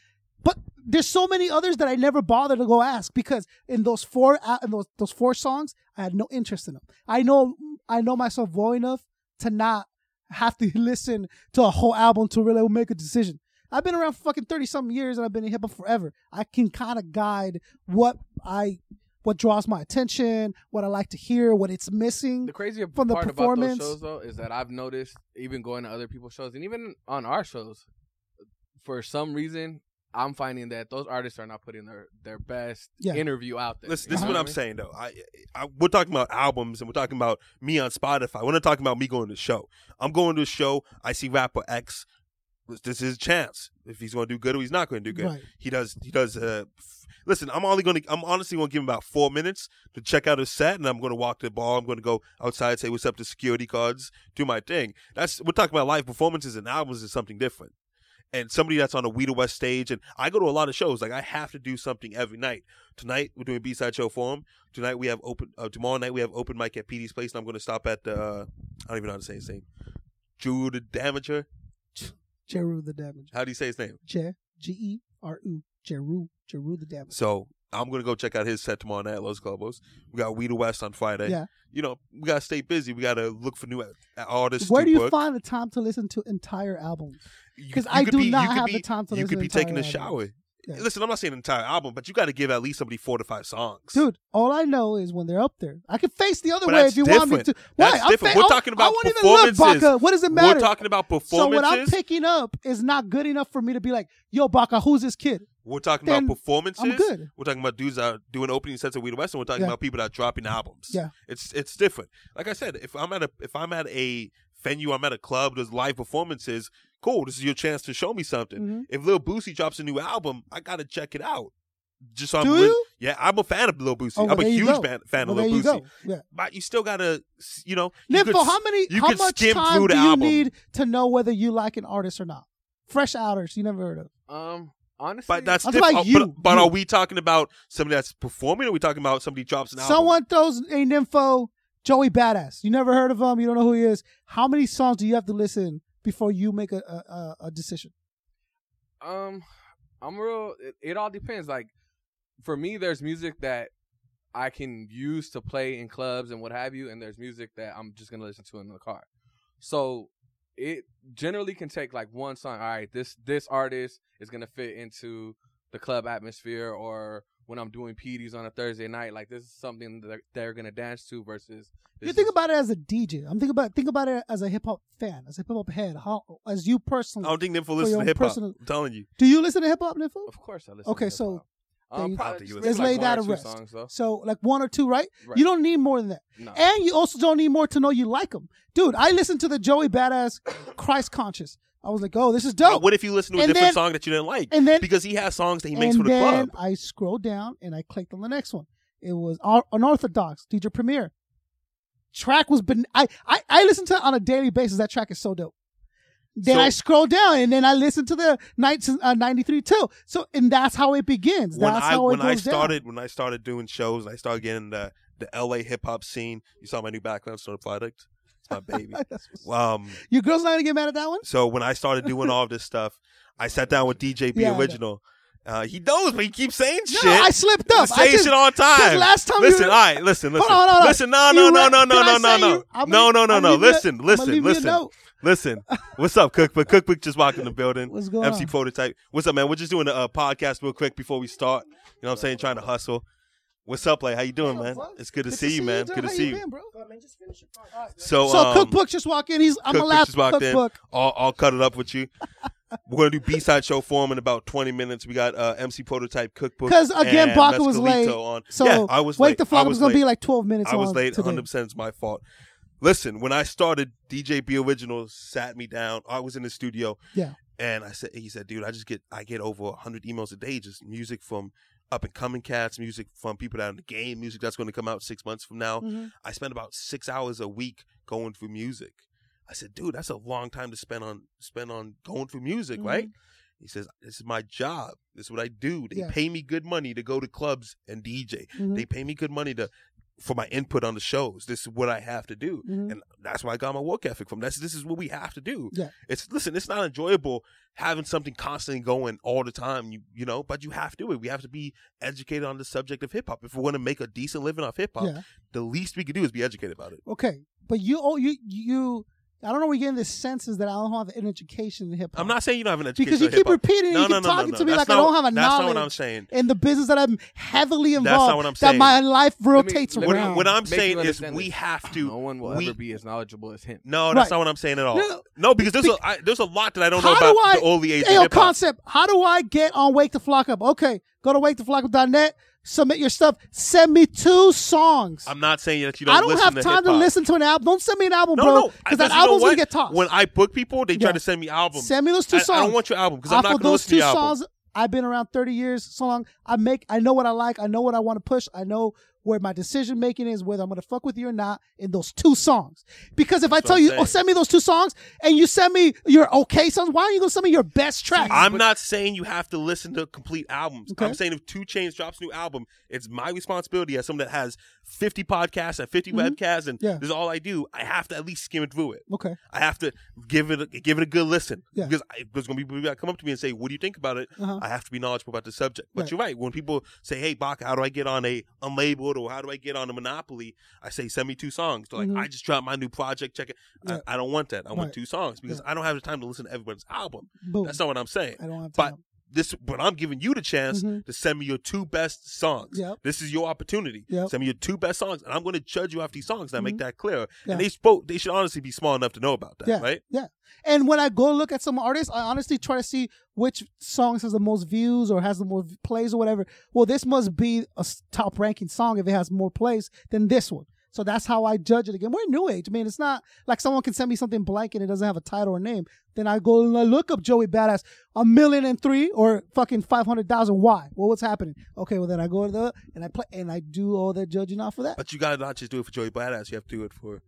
[SPEAKER 3] But there's so many others that I never bothered to go ask because in those four uh, in those those four songs, I had no interest in them. I know I know myself well enough to not have to <laughs> listen to a whole album to really make a decision. I've been around for fucking thirty something years and I've been in hip hop forever. I can kind of guide what I what draws my attention, what I like to hear, what it's missing.
[SPEAKER 4] The crazy
[SPEAKER 3] From the
[SPEAKER 4] part about those
[SPEAKER 3] performance.
[SPEAKER 4] shows though is that I've noticed even going to other people's shows and even on our shows, for some reason I'm finding that those artists are not putting their their best
[SPEAKER 3] Yeah.
[SPEAKER 4] interview out there.
[SPEAKER 5] Listen,
[SPEAKER 4] You
[SPEAKER 5] this is
[SPEAKER 4] know
[SPEAKER 5] what I'm
[SPEAKER 4] I mean?
[SPEAKER 5] saying though. I, I we're talking about albums and we're talking about me on Spotify. We're not talking about me going to the show. I'm going to a show. I see rapper X. This this is his chance. If he's going to do good or he's not going to do good.
[SPEAKER 3] Right.
[SPEAKER 5] He does. He does. Uh, f- listen, I'm only going to. I'm honestly going to give him about four minutes to check out his set, and I'm going to walk to the bar. I'm going to go outside, say what's up to security guards, do my thing. That's we're talking about live performances and albums is something different and somebody that's on a We the West stage. And I go to a lot of shows. Like I have to do something every night. Tonight we're doing B side show for him. Tonight we have open. Uh, tomorrow night we have open mic at PD's place, and I'm going to stop at the. Uh, I don't even know how to say his name. Drew the Damager.
[SPEAKER 3] Jeru the damage.
[SPEAKER 5] How do you say his name?
[SPEAKER 3] J G E R U Jeru Jeru the damage.
[SPEAKER 5] So I'm going to go check out his set tomorrow night at Los Globos. We got We the West on Friday.
[SPEAKER 3] Yeah.
[SPEAKER 5] You know we got to stay busy. We got to look for new a- artists.
[SPEAKER 3] Where
[SPEAKER 5] to
[SPEAKER 3] do you
[SPEAKER 5] book.
[SPEAKER 3] find the time to listen to entire albums?
[SPEAKER 5] You-
[SPEAKER 3] 'Cause
[SPEAKER 5] you
[SPEAKER 3] I
[SPEAKER 5] could
[SPEAKER 3] do
[SPEAKER 5] be- you
[SPEAKER 3] not
[SPEAKER 5] could
[SPEAKER 3] have
[SPEAKER 5] be-
[SPEAKER 3] the time to
[SPEAKER 5] You
[SPEAKER 3] listen to
[SPEAKER 5] could be taking a
[SPEAKER 3] entire
[SPEAKER 5] shower.
[SPEAKER 3] albums. Yeah.
[SPEAKER 5] Listen, I'm not saying an entire album, but you got to give at least somebody four to five songs.
[SPEAKER 3] Dude, all I know is when they're up there. I can face the other
[SPEAKER 5] But
[SPEAKER 3] way
[SPEAKER 5] that's
[SPEAKER 3] if you want me
[SPEAKER 5] different.
[SPEAKER 3] to. Why?
[SPEAKER 5] That's
[SPEAKER 3] I'm
[SPEAKER 5] different.
[SPEAKER 3] fa-
[SPEAKER 5] We're
[SPEAKER 3] I'll-
[SPEAKER 5] talking about
[SPEAKER 3] I won't even look,
[SPEAKER 5] performances.
[SPEAKER 3] Baka. What does it matter?
[SPEAKER 5] We're talking about
[SPEAKER 3] so
[SPEAKER 5] performances.
[SPEAKER 3] what I'm picking up is not good enough for me to be like, yo, Baka, who's this kid?
[SPEAKER 5] we're talking
[SPEAKER 3] then
[SPEAKER 5] about performances.
[SPEAKER 3] I'm good.
[SPEAKER 5] We're talking about dudes that are doing opening sets at Weed West, and we're talking
[SPEAKER 3] Yeah.
[SPEAKER 5] about people that are dropping albums.
[SPEAKER 3] Yeah.
[SPEAKER 5] it's it's different. Like I said, if I'm at a if I'm at a venue, I'm at a club. There's live performances. Cool. This is your chance to show me something.
[SPEAKER 3] Mhm.
[SPEAKER 5] If Lil Boosie drops a new album, I gotta check it out. Just so I'm
[SPEAKER 3] Do
[SPEAKER 5] re-
[SPEAKER 3] you?
[SPEAKER 5] yeah, I'm a fan of Lil Boosie.
[SPEAKER 3] Oh, well,
[SPEAKER 5] I'm a
[SPEAKER 3] there you
[SPEAKER 5] huge
[SPEAKER 3] go.
[SPEAKER 5] fan, fan
[SPEAKER 3] Well,
[SPEAKER 5] of
[SPEAKER 3] there
[SPEAKER 5] Lil
[SPEAKER 3] you
[SPEAKER 5] Boosie.
[SPEAKER 3] go. Yeah.
[SPEAKER 5] But you still gotta, s- you know, you
[SPEAKER 3] Nympho,
[SPEAKER 5] could s-
[SPEAKER 3] how many?
[SPEAKER 5] you
[SPEAKER 3] how
[SPEAKER 5] could
[SPEAKER 3] much
[SPEAKER 5] skim
[SPEAKER 3] time
[SPEAKER 5] through the
[SPEAKER 3] do
[SPEAKER 5] album.
[SPEAKER 3] you need to know whether you like an artist or not? Fresh outers, you never heard of.
[SPEAKER 4] Um, honestly,
[SPEAKER 5] But that's
[SPEAKER 3] I'm
[SPEAKER 5] diff-
[SPEAKER 3] talking about
[SPEAKER 5] uh,
[SPEAKER 3] you.
[SPEAKER 5] But, but
[SPEAKER 3] You.
[SPEAKER 5] are we talking about somebody that's performing? Or are we talking about somebody drops an album?
[SPEAKER 3] Someone throws a nympho, Joey Badass. You never heard of him. You don't know who he is. How many songs do you have to listen before you make a a, a, a decision?
[SPEAKER 4] Um, I'm real. It, it all depends. Like, for me, there's music that I can use to play in clubs and what have you, and there's music that I'm just gonna listen to in the car. So it generally can take like one song. All right, this this artist is gonna fit into the club atmosphere, or when I'm doing PDs on a Thursday night, like this is something that they're, they're gonna dance to versus.
[SPEAKER 3] You
[SPEAKER 4] this
[SPEAKER 3] think
[SPEAKER 4] is-
[SPEAKER 3] about it as a DJ. I'm thinking about think about it as a hip hop fan, as a hip hop head, how as you personally.
[SPEAKER 5] I don't think them for
[SPEAKER 3] For
[SPEAKER 5] listening
[SPEAKER 3] your
[SPEAKER 5] to hip hop.
[SPEAKER 3] personal-
[SPEAKER 5] I'm telling you.
[SPEAKER 3] do you listen to hip hop, Nympho?
[SPEAKER 4] Oh. Of course, I listen.
[SPEAKER 3] Okay,
[SPEAKER 4] to
[SPEAKER 3] so
[SPEAKER 4] hip-hop.
[SPEAKER 3] there you-
[SPEAKER 4] um, probably
[SPEAKER 5] Probably
[SPEAKER 4] just
[SPEAKER 5] you
[SPEAKER 4] like
[SPEAKER 5] listen
[SPEAKER 3] Let's lay
[SPEAKER 4] one
[SPEAKER 3] that
[SPEAKER 4] or
[SPEAKER 3] to
[SPEAKER 4] two
[SPEAKER 3] rest.
[SPEAKER 4] Songs, though.
[SPEAKER 3] So like one or two, right?
[SPEAKER 4] Right.
[SPEAKER 3] You don't need more than that.
[SPEAKER 4] No.
[SPEAKER 3] And you also don't need more to know you like them, dude. I listened to the Joey Badass Christ Conscious. I was like, oh, this is
[SPEAKER 5] Now,
[SPEAKER 3] dope.
[SPEAKER 5] What if you listen to a
[SPEAKER 3] And
[SPEAKER 5] different
[SPEAKER 3] then-
[SPEAKER 5] song that you didn't like?
[SPEAKER 3] and then-
[SPEAKER 5] because he has songs that he makes
[SPEAKER 3] and
[SPEAKER 5] for the
[SPEAKER 3] then
[SPEAKER 5] club.
[SPEAKER 3] I scrolled down and I clicked on the next one. It was Ar- Unorthodox, DJ Premier. Track was ben- I, I I listen to it on a daily basis. That track is so dope. Then
[SPEAKER 5] So-
[SPEAKER 3] I scroll down and then I listen to the 19, uh, 93 too. So and that's how it begins.
[SPEAKER 5] When
[SPEAKER 3] that's
[SPEAKER 5] I
[SPEAKER 3] how it
[SPEAKER 5] when
[SPEAKER 3] goes
[SPEAKER 5] I
[SPEAKER 3] down.
[SPEAKER 5] started when I started doing shows and I started getting the the LA hip hop scene. You saw my new background store product. It's
[SPEAKER 3] <laughs>
[SPEAKER 5] my baby.
[SPEAKER 3] That's what's-
[SPEAKER 5] um.
[SPEAKER 3] Your girl's not gonna get mad at that one.
[SPEAKER 5] So when I started doing all this stuff, I sat down with DJ B
[SPEAKER 3] Yeah, I know.
[SPEAKER 5] Original. Uh, he knows, but he keeps saying
[SPEAKER 3] No,
[SPEAKER 5] shit.
[SPEAKER 3] I slipped
[SPEAKER 5] You
[SPEAKER 3] up. I
[SPEAKER 5] Say
[SPEAKER 3] just-
[SPEAKER 5] shit all the time.
[SPEAKER 3] last time you
[SPEAKER 5] listen,
[SPEAKER 3] were-
[SPEAKER 5] all right, listen, listen,
[SPEAKER 3] Hold on, hold on.
[SPEAKER 5] listen. No,
[SPEAKER 3] You
[SPEAKER 5] no, no,
[SPEAKER 3] re-
[SPEAKER 5] no,
[SPEAKER 3] can I
[SPEAKER 5] no, no,
[SPEAKER 3] say
[SPEAKER 5] no,
[SPEAKER 3] you- I'm
[SPEAKER 5] no,
[SPEAKER 3] gonna-
[SPEAKER 5] no, no,
[SPEAKER 3] I'm
[SPEAKER 5] no.
[SPEAKER 3] leaving you-
[SPEAKER 5] Listen,
[SPEAKER 3] I'm
[SPEAKER 5] listen,
[SPEAKER 3] leaving you a
[SPEAKER 5] listen,
[SPEAKER 3] note.
[SPEAKER 5] listen.
[SPEAKER 3] <laughs>
[SPEAKER 5] What's up, Cookbook? Cookbook just walked in the building.
[SPEAKER 3] What's going
[SPEAKER 5] MC
[SPEAKER 3] on?
[SPEAKER 5] Prototype. What's up, man? We're just doing a uh, podcast real quick before we start. You know what I'm saying? Trying to hustle. What's up, like? How you doing, man? It's good to see you, man.
[SPEAKER 3] dude.
[SPEAKER 5] Good to
[SPEAKER 3] How
[SPEAKER 5] see you.
[SPEAKER 3] been, bro?
[SPEAKER 5] So,
[SPEAKER 3] So
[SPEAKER 5] um,
[SPEAKER 3] cookbook just walked in. He's I'm
[SPEAKER 5] cookbook
[SPEAKER 3] gonna laugh.
[SPEAKER 5] just walked
[SPEAKER 3] Cookbook.
[SPEAKER 5] in. I'll, I'll cut it up with you. We're gonna do B side show for him in about twenty minutes. We got uh, MC Prototype Cookbook.
[SPEAKER 3] Because again,
[SPEAKER 5] and
[SPEAKER 3] Baca was
[SPEAKER 5] Mescalito
[SPEAKER 3] late.
[SPEAKER 5] On.
[SPEAKER 3] So
[SPEAKER 5] yeah, I was
[SPEAKER 3] Wake
[SPEAKER 5] late.
[SPEAKER 3] the
[SPEAKER 5] I
[SPEAKER 3] Flock
[SPEAKER 5] was
[SPEAKER 3] was, gonna
[SPEAKER 5] late.
[SPEAKER 3] be like 12 minutes.
[SPEAKER 5] I was
[SPEAKER 3] on
[SPEAKER 5] late.
[SPEAKER 3] today.
[SPEAKER 5] 100 percent is my fault. Listen, when I started, DJ B Original sat me down. I was in the studio,
[SPEAKER 3] Yeah.
[SPEAKER 5] and I said, he said, dude, I just get I get over 100 emails a day, just music from up and coming cats, music from people that are in the game, music that's going to come out six months from now.
[SPEAKER 3] Mhm.
[SPEAKER 5] I spend about six hours a week going through music. I said, dude, that's a long time to spend on spend on going through music, right? He says, this is my job. This is what I do. They
[SPEAKER 3] Mm-hmm. Yeah.
[SPEAKER 5] pay me good money to go to clubs and DJ.
[SPEAKER 3] Mhm.
[SPEAKER 5] They pay me good money to for my input on the shows. This is what I have to do, and that's where I got my work ethic from. That's this is what we have to do.
[SPEAKER 3] Mm-hmm. Yeah.
[SPEAKER 5] It's listen, it's not enjoyable having something constantly going all the time. You you know, but you have to do it. We have to be educated on the subject of hip hop if we want to make a decent living off hip hop.
[SPEAKER 3] Yeah.
[SPEAKER 5] The least we can do is be educated about it.
[SPEAKER 3] Okay, but you, oh, you, you. I don't know. We're getting this sense is that I don't have an education in hip hop.
[SPEAKER 5] I'm not saying you don't have an education
[SPEAKER 3] because you
[SPEAKER 5] in
[SPEAKER 3] keep
[SPEAKER 5] hip-hop.
[SPEAKER 3] repeating it.
[SPEAKER 5] No,
[SPEAKER 3] you
[SPEAKER 5] no,
[SPEAKER 3] keep
[SPEAKER 5] no, no,
[SPEAKER 3] talking
[SPEAKER 5] no.
[SPEAKER 3] to me
[SPEAKER 5] That's
[SPEAKER 3] like I
[SPEAKER 5] not-
[SPEAKER 3] don't have a
[SPEAKER 5] that's not
[SPEAKER 3] knowledge.
[SPEAKER 5] what I'm saying.
[SPEAKER 3] In the business that I'm heavily
[SPEAKER 5] not
[SPEAKER 3] involved,
[SPEAKER 5] what I'm
[SPEAKER 3] that
[SPEAKER 5] saying.
[SPEAKER 3] my life
[SPEAKER 4] Let me-
[SPEAKER 3] rotates
[SPEAKER 4] let me-
[SPEAKER 5] What,
[SPEAKER 3] around.
[SPEAKER 5] what I'm
[SPEAKER 4] Make
[SPEAKER 5] saying
[SPEAKER 4] you
[SPEAKER 5] is
[SPEAKER 4] understand
[SPEAKER 5] we
[SPEAKER 4] this.
[SPEAKER 5] have to.
[SPEAKER 4] No one will
[SPEAKER 5] we-
[SPEAKER 4] ever be as knowledgeable as him.
[SPEAKER 5] No, that's
[SPEAKER 3] Right.
[SPEAKER 5] not what I'm saying at all.
[SPEAKER 3] No.
[SPEAKER 5] No, because there's a I, there's a lot that I don't know
[SPEAKER 3] how
[SPEAKER 5] about
[SPEAKER 3] do I?
[SPEAKER 5] the early age
[SPEAKER 3] Ayo,
[SPEAKER 5] of hip hop.
[SPEAKER 3] concept. How do I get on Wake the Flock Up? Okay, go to waketheflockup.net. Submit your stuff. Send me two songs.
[SPEAKER 5] I'm not saying that you don't.
[SPEAKER 3] I don't
[SPEAKER 5] listen
[SPEAKER 3] have
[SPEAKER 5] to
[SPEAKER 3] time to
[SPEAKER 5] hip-hop.
[SPEAKER 3] listen to an album. Don't send me an album,
[SPEAKER 5] No,
[SPEAKER 3] bro,
[SPEAKER 5] no,
[SPEAKER 3] because
[SPEAKER 5] because
[SPEAKER 3] that
[SPEAKER 5] you know
[SPEAKER 3] album's gonna
[SPEAKER 5] what?
[SPEAKER 3] get tossed.
[SPEAKER 5] When I book people, they
[SPEAKER 3] Yeah.
[SPEAKER 5] try to send me albums.
[SPEAKER 3] Send me those two
[SPEAKER 5] I-
[SPEAKER 3] songs.
[SPEAKER 5] I don't want your album because I'm
[SPEAKER 3] Off
[SPEAKER 5] not
[SPEAKER 3] of
[SPEAKER 5] going to
[SPEAKER 3] those
[SPEAKER 5] listen to
[SPEAKER 3] two
[SPEAKER 5] your album.
[SPEAKER 3] songs, I've been around 30 years, so long. I make, I know what I like. I know what I want to push. I know where my decision making is, whether I'm going to fuck with you or not, in those two songs. Because if I
[SPEAKER 5] what
[SPEAKER 3] tell
[SPEAKER 5] I'm
[SPEAKER 3] you,
[SPEAKER 5] saying.
[SPEAKER 3] oh, send me those two songs, and you send me your okay songs, why are you going to send me your best track?
[SPEAKER 5] I'm not saying you have to listen to complete albums.
[SPEAKER 3] Okay.
[SPEAKER 5] I'm saying if Two Chains drops a new album, it's my responsibility as someone that has 50 podcasts and 50 webcasts, and
[SPEAKER 3] Mm-hmm. Yeah.
[SPEAKER 5] this is all I do. I have to at least skim through it.
[SPEAKER 3] okay.
[SPEAKER 5] I have to give it a, give it a good listen
[SPEAKER 3] Yeah.
[SPEAKER 5] because I, there's going to be people that come up to me and say, "What do you think about it?"
[SPEAKER 3] Uh-huh.
[SPEAKER 5] I have to be knowledgeable about the subject. But
[SPEAKER 3] Right.
[SPEAKER 5] you're right. When people say, "Hey, Bach, how do I get on a unlabeled or how do I get on a Monopoly?" I say, "Send me two songs." They're like, "I just dropped my new project. Check it."
[SPEAKER 3] Mm-hmm. Yeah.
[SPEAKER 5] I, I don't want that. I
[SPEAKER 3] Right.
[SPEAKER 5] want two songs because I don't have the time to listen to everyone's album.
[SPEAKER 3] Boom.
[SPEAKER 5] That's not what I'm saying.
[SPEAKER 3] I don't have
[SPEAKER 5] But
[SPEAKER 3] time. Mm-hmm.
[SPEAKER 5] this, but I'm giving you the chance to send me your two best songs.
[SPEAKER 3] Yep.
[SPEAKER 5] This is your opportunity.
[SPEAKER 3] Yep. Mm-hmm.
[SPEAKER 5] Send me your two best songs, and I'm going to judge you off these songs. And I make that clear.
[SPEAKER 3] Yeah.
[SPEAKER 5] And they spoke. They should honestly be small enough to know about that,
[SPEAKER 3] yeah.
[SPEAKER 5] right?
[SPEAKER 3] Yeah. And when I go look at some artists, I honestly try to see which songs has the most views or has the more v- plays or whatever. Well, this must be a s- top ranking song if it has more plays than this one. So that's how I judge it again. We're new age. I mean, it's not like someone can send me something blank and it doesn't have a title or name. Then I go and I look up Joey Badass, a million and three or fucking 500,000. Why? Well, what's happening? Okay, well, then I go to the, and I play, and I do all that judging off of that.
[SPEAKER 5] But you gotta not just do it for Joey Badass. You have to do it for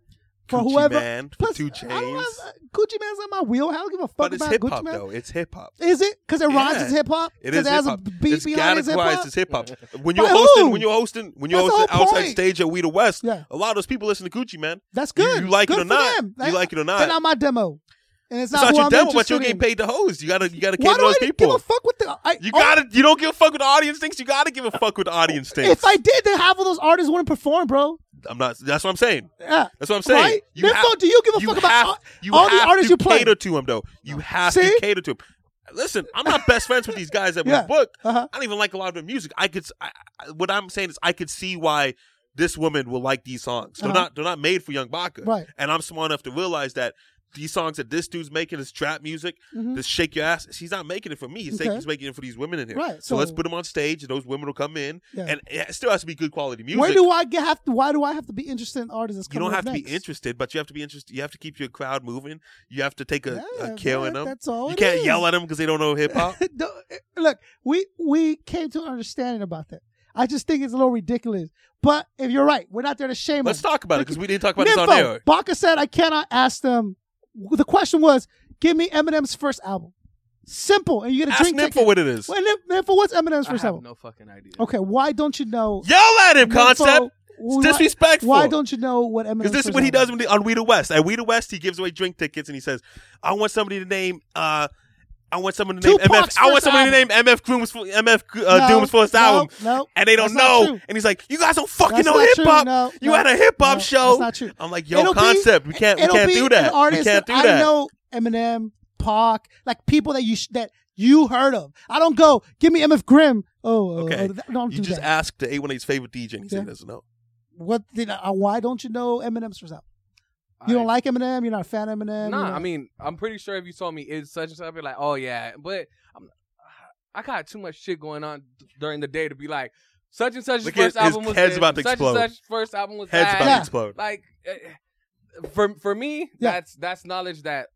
[SPEAKER 3] for
[SPEAKER 5] Gucci
[SPEAKER 3] whoever.
[SPEAKER 5] Man, for Two
[SPEAKER 3] I don't
[SPEAKER 5] Chains.
[SPEAKER 3] have- Gucci Man's not my wheel. I don't give a fuck
[SPEAKER 5] But it's
[SPEAKER 3] about
[SPEAKER 5] hip
[SPEAKER 3] Gucci
[SPEAKER 5] hop
[SPEAKER 3] Man.
[SPEAKER 5] though. It's hip hop.
[SPEAKER 3] Is it? Because it rhymes
[SPEAKER 5] Yeah.
[SPEAKER 3] as hip hop.
[SPEAKER 5] It is
[SPEAKER 3] it
[SPEAKER 5] hip
[SPEAKER 3] has a
[SPEAKER 5] hop.
[SPEAKER 3] beat
[SPEAKER 5] It's
[SPEAKER 3] behind it as hip
[SPEAKER 5] categorized
[SPEAKER 3] hop.
[SPEAKER 5] as hip hop. When
[SPEAKER 3] By
[SPEAKER 5] you're hosting,
[SPEAKER 3] who?
[SPEAKER 5] when you're hosting, when you're
[SPEAKER 3] That's the
[SPEAKER 5] hosting
[SPEAKER 3] whole
[SPEAKER 5] outside
[SPEAKER 3] point.
[SPEAKER 5] stage at We the West,
[SPEAKER 3] Yeah.
[SPEAKER 5] a lot of those people listen to Gucci Man.
[SPEAKER 3] That's
[SPEAKER 5] You-
[SPEAKER 3] good.
[SPEAKER 5] You, like
[SPEAKER 3] Good
[SPEAKER 5] it or
[SPEAKER 3] for
[SPEAKER 5] not?
[SPEAKER 3] them.
[SPEAKER 5] You like it or not?
[SPEAKER 3] They're not my demo, and it's
[SPEAKER 5] it's
[SPEAKER 3] not,
[SPEAKER 5] not
[SPEAKER 3] who
[SPEAKER 5] your
[SPEAKER 3] I'm
[SPEAKER 5] demo, but you're
[SPEAKER 3] interested
[SPEAKER 5] getting
[SPEAKER 3] in.
[SPEAKER 5] paid to host. You gotta you gotta
[SPEAKER 3] Why do
[SPEAKER 5] cater to those
[SPEAKER 3] I
[SPEAKER 5] people.
[SPEAKER 3] give a fuck with the? I,
[SPEAKER 5] you
[SPEAKER 3] oh,
[SPEAKER 5] gotta you don't give a fuck with the audience thinks. You gotta give a fuck with the audience thinks.
[SPEAKER 3] If I did, then half of those artists wouldn't perform, bro.
[SPEAKER 5] I'm not. That's what I'm saying.
[SPEAKER 3] Yeah.
[SPEAKER 5] That's what I'm saying.
[SPEAKER 3] Right?
[SPEAKER 5] You
[SPEAKER 3] Nympho,
[SPEAKER 5] ha-
[SPEAKER 3] do you give a
[SPEAKER 5] you
[SPEAKER 3] fuck about
[SPEAKER 5] have-
[SPEAKER 3] all-
[SPEAKER 5] you
[SPEAKER 3] all the
[SPEAKER 5] have
[SPEAKER 3] artists
[SPEAKER 5] to
[SPEAKER 3] you play?
[SPEAKER 5] Cater to them though. You have
[SPEAKER 3] See?
[SPEAKER 5] to cater to them. Listen, I'm not best friends with these guys that we
[SPEAKER 3] Yeah.
[SPEAKER 5] book.
[SPEAKER 3] Uh-huh.
[SPEAKER 5] I don't even like a lot of their music. I could. s- I, I- what I'm saying is, I could see why this woman will like these songs. They're
[SPEAKER 3] Uh-huh.
[SPEAKER 5] not. They're not made for young Baka.
[SPEAKER 3] Right.
[SPEAKER 5] And I'm smart enough to realize that. These songs that this dude's making is trap music. This shake your ass. She's not making it for me. He's,
[SPEAKER 3] Mm-hmm. Okay.
[SPEAKER 5] taking, he's making it for these women in here.
[SPEAKER 3] Right,
[SPEAKER 5] So, let's
[SPEAKER 3] so-
[SPEAKER 5] put them on stage, and those women will come in,
[SPEAKER 3] Yeah.
[SPEAKER 5] and it still has to be good quality music.
[SPEAKER 3] Where do I get? Have to, why do I have to be interested in artists? That's
[SPEAKER 5] You don't
[SPEAKER 3] coming
[SPEAKER 5] have
[SPEAKER 3] up
[SPEAKER 5] to be
[SPEAKER 3] next?
[SPEAKER 5] interested, but you have to be interested. You have to keep your crowd moving. You have to take a,
[SPEAKER 3] Yeah,
[SPEAKER 5] a kill in
[SPEAKER 3] that-
[SPEAKER 5] them.
[SPEAKER 3] that's all
[SPEAKER 5] You
[SPEAKER 3] it
[SPEAKER 5] can't
[SPEAKER 3] is.
[SPEAKER 5] yell at them because they don't know
[SPEAKER 3] <laughs>
[SPEAKER 5] hip hop.
[SPEAKER 3] Don't- Look, we we came to an understanding about that. I just think it's a little ridiculous. But if you're right, we're not there to shame
[SPEAKER 5] Let's
[SPEAKER 3] them.
[SPEAKER 5] talk about it because we didn't talk about
[SPEAKER 3] Nympho,
[SPEAKER 5] this on air.
[SPEAKER 3] Baka said I cannot ask them. The question was, give me Eminem's first album. Simple, and you get a
[SPEAKER 5] Ask
[SPEAKER 3] drink
[SPEAKER 5] Nympho
[SPEAKER 3] ticket.
[SPEAKER 5] what it is.
[SPEAKER 3] Well, Nymph- Nympho, what's Eminem's
[SPEAKER 4] I
[SPEAKER 3] first
[SPEAKER 4] have
[SPEAKER 3] album?
[SPEAKER 4] no fucking idea.
[SPEAKER 3] okay, why don't you know?
[SPEAKER 5] Yell at him,
[SPEAKER 3] Nympho,
[SPEAKER 5] concept.
[SPEAKER 3] why-
[SPEAKER 5] It's disrespectful.
[SPEAKER 3] Why don't you know what Eminem's
[SPEAKER 5] Because this is
[SPEAKER 3] first
[SPEAKER 5] what he does
[SPEAKER 3] album
[SPEAKER 5] when he- on We the West. At We the West, he gives away drink tickets and he says, "I want somebody to name." uh I want someone to name
[SPEAKER 3] Tupac's
[SPEAKER 5] MF. I want
[SPEAKER 3] first
[SPEAKER 5] somebody
[SPEAKER 3] album.
[SPEAKER 5] to name MF Doom's MF uh,
[SPEAKER 3] No,
[SPEAKER 5] Doom's first
[SPEAKER 3] no,
[SPEAKER 5] album,
[SPEAKER 3] no,
[SPEAKER 5] and they don't
[SPEAKER 3] that's not
[SPEAKER 5] know.
[SPEAKER 3] true.
[SPEAKER 5] And he's like, "You guys don't fucking
[SPEAKER 3] That's
[SPEAKER 5] know
[SPEAKER 3] not
[SPEAKER 5] hip
[SPEAKER 3] true.
[SPEAKER 5] hop.
[SPEAKER 3] No,
[SPEAKER 5] you
[SPEAKER 3] no,
[SPEAKER 5] had a hip hop
[SPEAKER 3] no,
[SPEAKER 5] show."
[SPEAKER 3] that's not true.
[SPEAKER 5] I'm like, "Yo,
[SPEAKER 3] It'll be-
[SPEAKER 5] concept. we can't. We
[SPEAKER 3] it'll
[SPEAKER 5] can't
[SPEAKER 3] be
[SPEAKER 5] do
[SPEAKER 3] An
[SPEAKER 5] that. We
[SPEAKER 3] artist
[SPEAKER 5] can't do
[SPEAKER 3] that
[SPEAKER 5] that."
[SPEAKER 3] I know Eminem, Pac, like people that you sh- that you heard of. I don't go. Give me MF Grimm. Oh, okay.
[SPEAKER 5] Okay.
[SPEAKER 3] oh, that- don't
[SPEAKER 5] you
[SPEAKER 3] do
[SPEAKER 5] just
[SPEAKER 3] that.
[SPEAKER 5] asked the A1A's favorite DJ and he said
[SPEAKER 3] Yeah.
[SPEAKER 5] he doesn't know.
[SPEAKER 3] what? Did I, uh, why don't you know Eminem's first album? You
[SPEAKER 4] I-
[SPEAKER 3] don't like Eminem. You're not a fan of Eminem.
[SPEAKER 4] Nah,
[SPEAKER 3] you're
[SPEAKER 4] I
[SPEAKER 3] not-
[SPEAKER 4] mean, I'm pretty sure if you told me it's such and such, I'd be like, oh yeah. But I'm, I got too much shit going on d- during the day to be like, such and such
[SPEAKER 5] Look at
[SPEAKER 4] first
[SPEAKER 5] his
[SPEAKER 4] album was
[SPEAKER 5] head's
[SPEAKER 4] this,
[SPEAKER 5] about to
[SPEAKER 4] such
[SPEAKER 5] explode.
[SPEAKER 4] and such first album was
[SPEAKER 5] Head's
[SPEAKER 4] that.
[SPEAKER 5] about
[SPEAKER 3] Yeah.
[SPEAKER 5] to explode.
[SPEAKER 4] Like, eh, for for me,
[SPEAKER 3] Yeah.
[SPEAKER 4] that's that's knowledge that.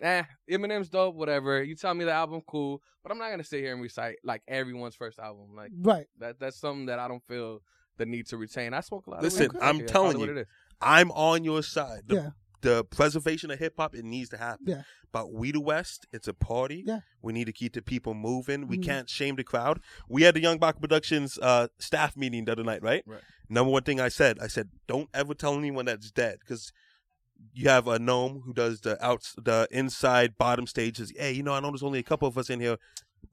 [SPEAKER 4] Eh, Eminem's dope, whatever. You tell me the album, cool. But I'm not gonna sit here and recite like everyone's first album. Like
[SPEAKER 3] right.
[SPEAKER 4] that, that's something that I don't feel the need to retain. I smoke a lot.
[SPEAKER 5] Listen,
[SPEAKER 4] of weed.
[SPEAKER 5] I'm
[SPEAKER 4] Yeah,
[SPEAKER 5] telling
[SPEAKER 4] probably what
[SPEAKER 5] you.
[SPEAKER 4] it is.
[SPEAKER 5] I'm on your side. The,
[SPEAKER 3] Yeah.
[SPEAKER 5] the preservation of hip hop, it needs to happen.
[SPEAKER 3] Yeah.
[SPEAKER 5] But we the West, it's a party.
[SPEAKER 3] Yeah. Mm-hmm.
[SPEAKER 5] We need to keep the people moving. We can't shame the crowd. We had the Young Buck Productions uh, staff meeting the other night, right?
[SPEAKER 4] Right.
[SPEAKER 5] Number one thing I said, I said, don't ever tell anyone that's dead because you have a gnome who does the outs, the inside bottom stages. Hey, you know, I know there's only a couple of us in here.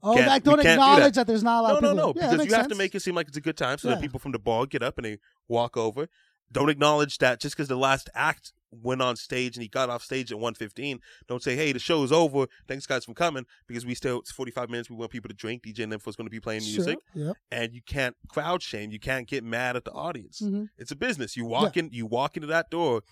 [SPEAKER 3] Oh,
[SPEAKER 5] Can't-
[SPEAKER 3] like
[SPEAKER 5] we
[SPEAKER 3] don't
[SPEAKER 5] can't do that.
[SPEAKER 3] acknowledge that. there's not a lot
[SPEAKER 5] No,
[SPEAKER 3] of people.
[SPEAKER 5] no, no,
[SPEAKER 3] Yeah,
[SPEAKER 5] because
[SPEAKER 3] that
[SPEAKER 5] you
[SPEAKER 3] makes
[SPEAKER 5] have to
[SPEAKER 3] sense.
[SPEAKER 5] make it seem like it's a good time, so
[SPEAKER 3] Yeah.
[SPEAKER 5] that people from the bar get up and they walk over. Don't acknowledge that just because the last act went on stage and he got off stage at one fifteen. Don't say, "Hey, the show's over. Thanks guys for coming," because we still it's forty five minutes. We want people to drink. DJ Nympho's going to be playing
[SPEAKER 3] Sure,
[SPEAKER 5] music,
[SPEAKER 3] Yep.
[SPEAKER 5] and you can't crowd shame. You can't get mad at the audience.
[SPEAKER 3] Mhm.
[SPEAKER 5] It's a business. You walk in. You walk into that door.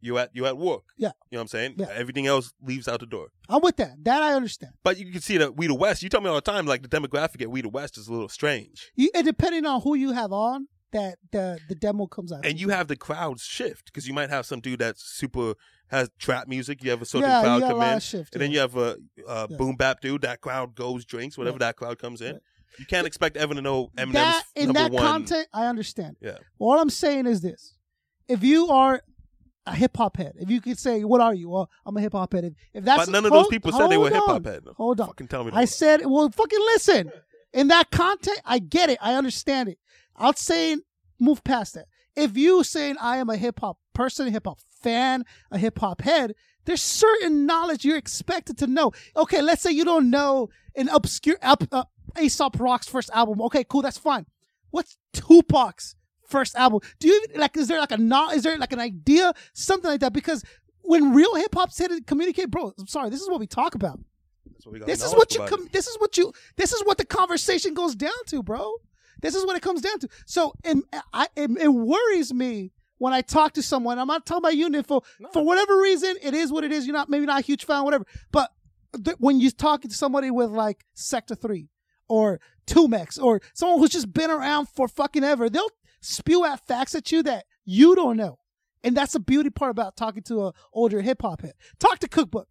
[SPEAKER 5] You at you at work.
[SPEAKER 3] Yeah.
[SPEAKER 5] you know what I'm saying.
[SPEAKER 3] Yeah.
[SPEAKER 5] Everything else leaves out the door.
[SPEAKER 3] I'm with that. That I understand.
[SPEAKER 5] But you can see that We the West. You tell me all the time, like the demographic at We the West is a little strange.
[SPEAKER 3] You, and depending on who you have on, that the the demo comes out.
[SPEAKER 5] and you have the crowds shift because you might have some dude that's super has trap music. You have a certain
[SPEAKER 3] Yeah, you
[SPEAKER 5] crowd
[SPEAKER 3] got a
[SPEAKER 5] come
[SPEAKER 3] lot
[SPEAKER 5] in,
[SPEAKER 3] of shift,
[SPEAKER 5] and then
[SPEAKER 3] yeah.
[SPEAKER 5] you have a, a
[SPEAKER 3] Yeah.
[SPEAKER 5] boom bap dude. That crowd goes drinks, whatever that crowd comes in. You can't expect Evan to know Eminem's
[SPEAKER 3] that in
[SPEAKER 5] number
[SPEAKER 3] that
[SPEAKER 5] one.
[SPEAKER 3] content, I understand.
[SPEAKER 5] Yeah,
[SPEAKER 3] All I'm saying is this: if you are a hip hop head, if you could say, "What are you?" Well, I'm a hip hop head. If, if that's
[SPEAKER 5] But none of those
[SPEAKER 3] hold-
[SPEAKER 5] people said they were
[SPEAKER 3] hold
[SPEAKER 5] hip-hop
[SPEAKER 3] on.
[SPEAKER 5] head.
[SPEAKER 3] Hold on,
[SPEAKER 5] Fucking tell me they
[SPEAKER 3] I
[SPEAKER 5] were.
[SPEAKER 3] said, "Well, fucking listen." In that content, I get it. I understand it. I'm saying, move past that. If you saying I am a hip hop person, a hip hop fan, a hip hop head, there's certain knowledge you're expected to know. Okay, let's say you don't know an obscure up, uh, Aesop Rock's first album. Okay, cool, that's fine. What's Tupac's first album? Do you even, like? Is there like a not? Is there like an idea, something like that? Because when real hip hop's here to communicate, bro, I'm sorry, this is what we talk about.
[SPEAKER 5] that's what we got.
[SPEAKER 3] This is what you com- this is what you this is what the conversation goes down to, bro. This is what it comes down to. So and I it, it worries me when I talk to someone. I'm not talking about you, Nifo. For whatever reason, it is what it is. You're not maybe not a huge fan, whatever. But th- when you're talking to somebody with like Sector Three or Tumex or someone who's just been around for fucking ever, they'll spew out facts at you that you don't know. And that's the beauty part about talking to a older hip hop head. Talk to Cookbook.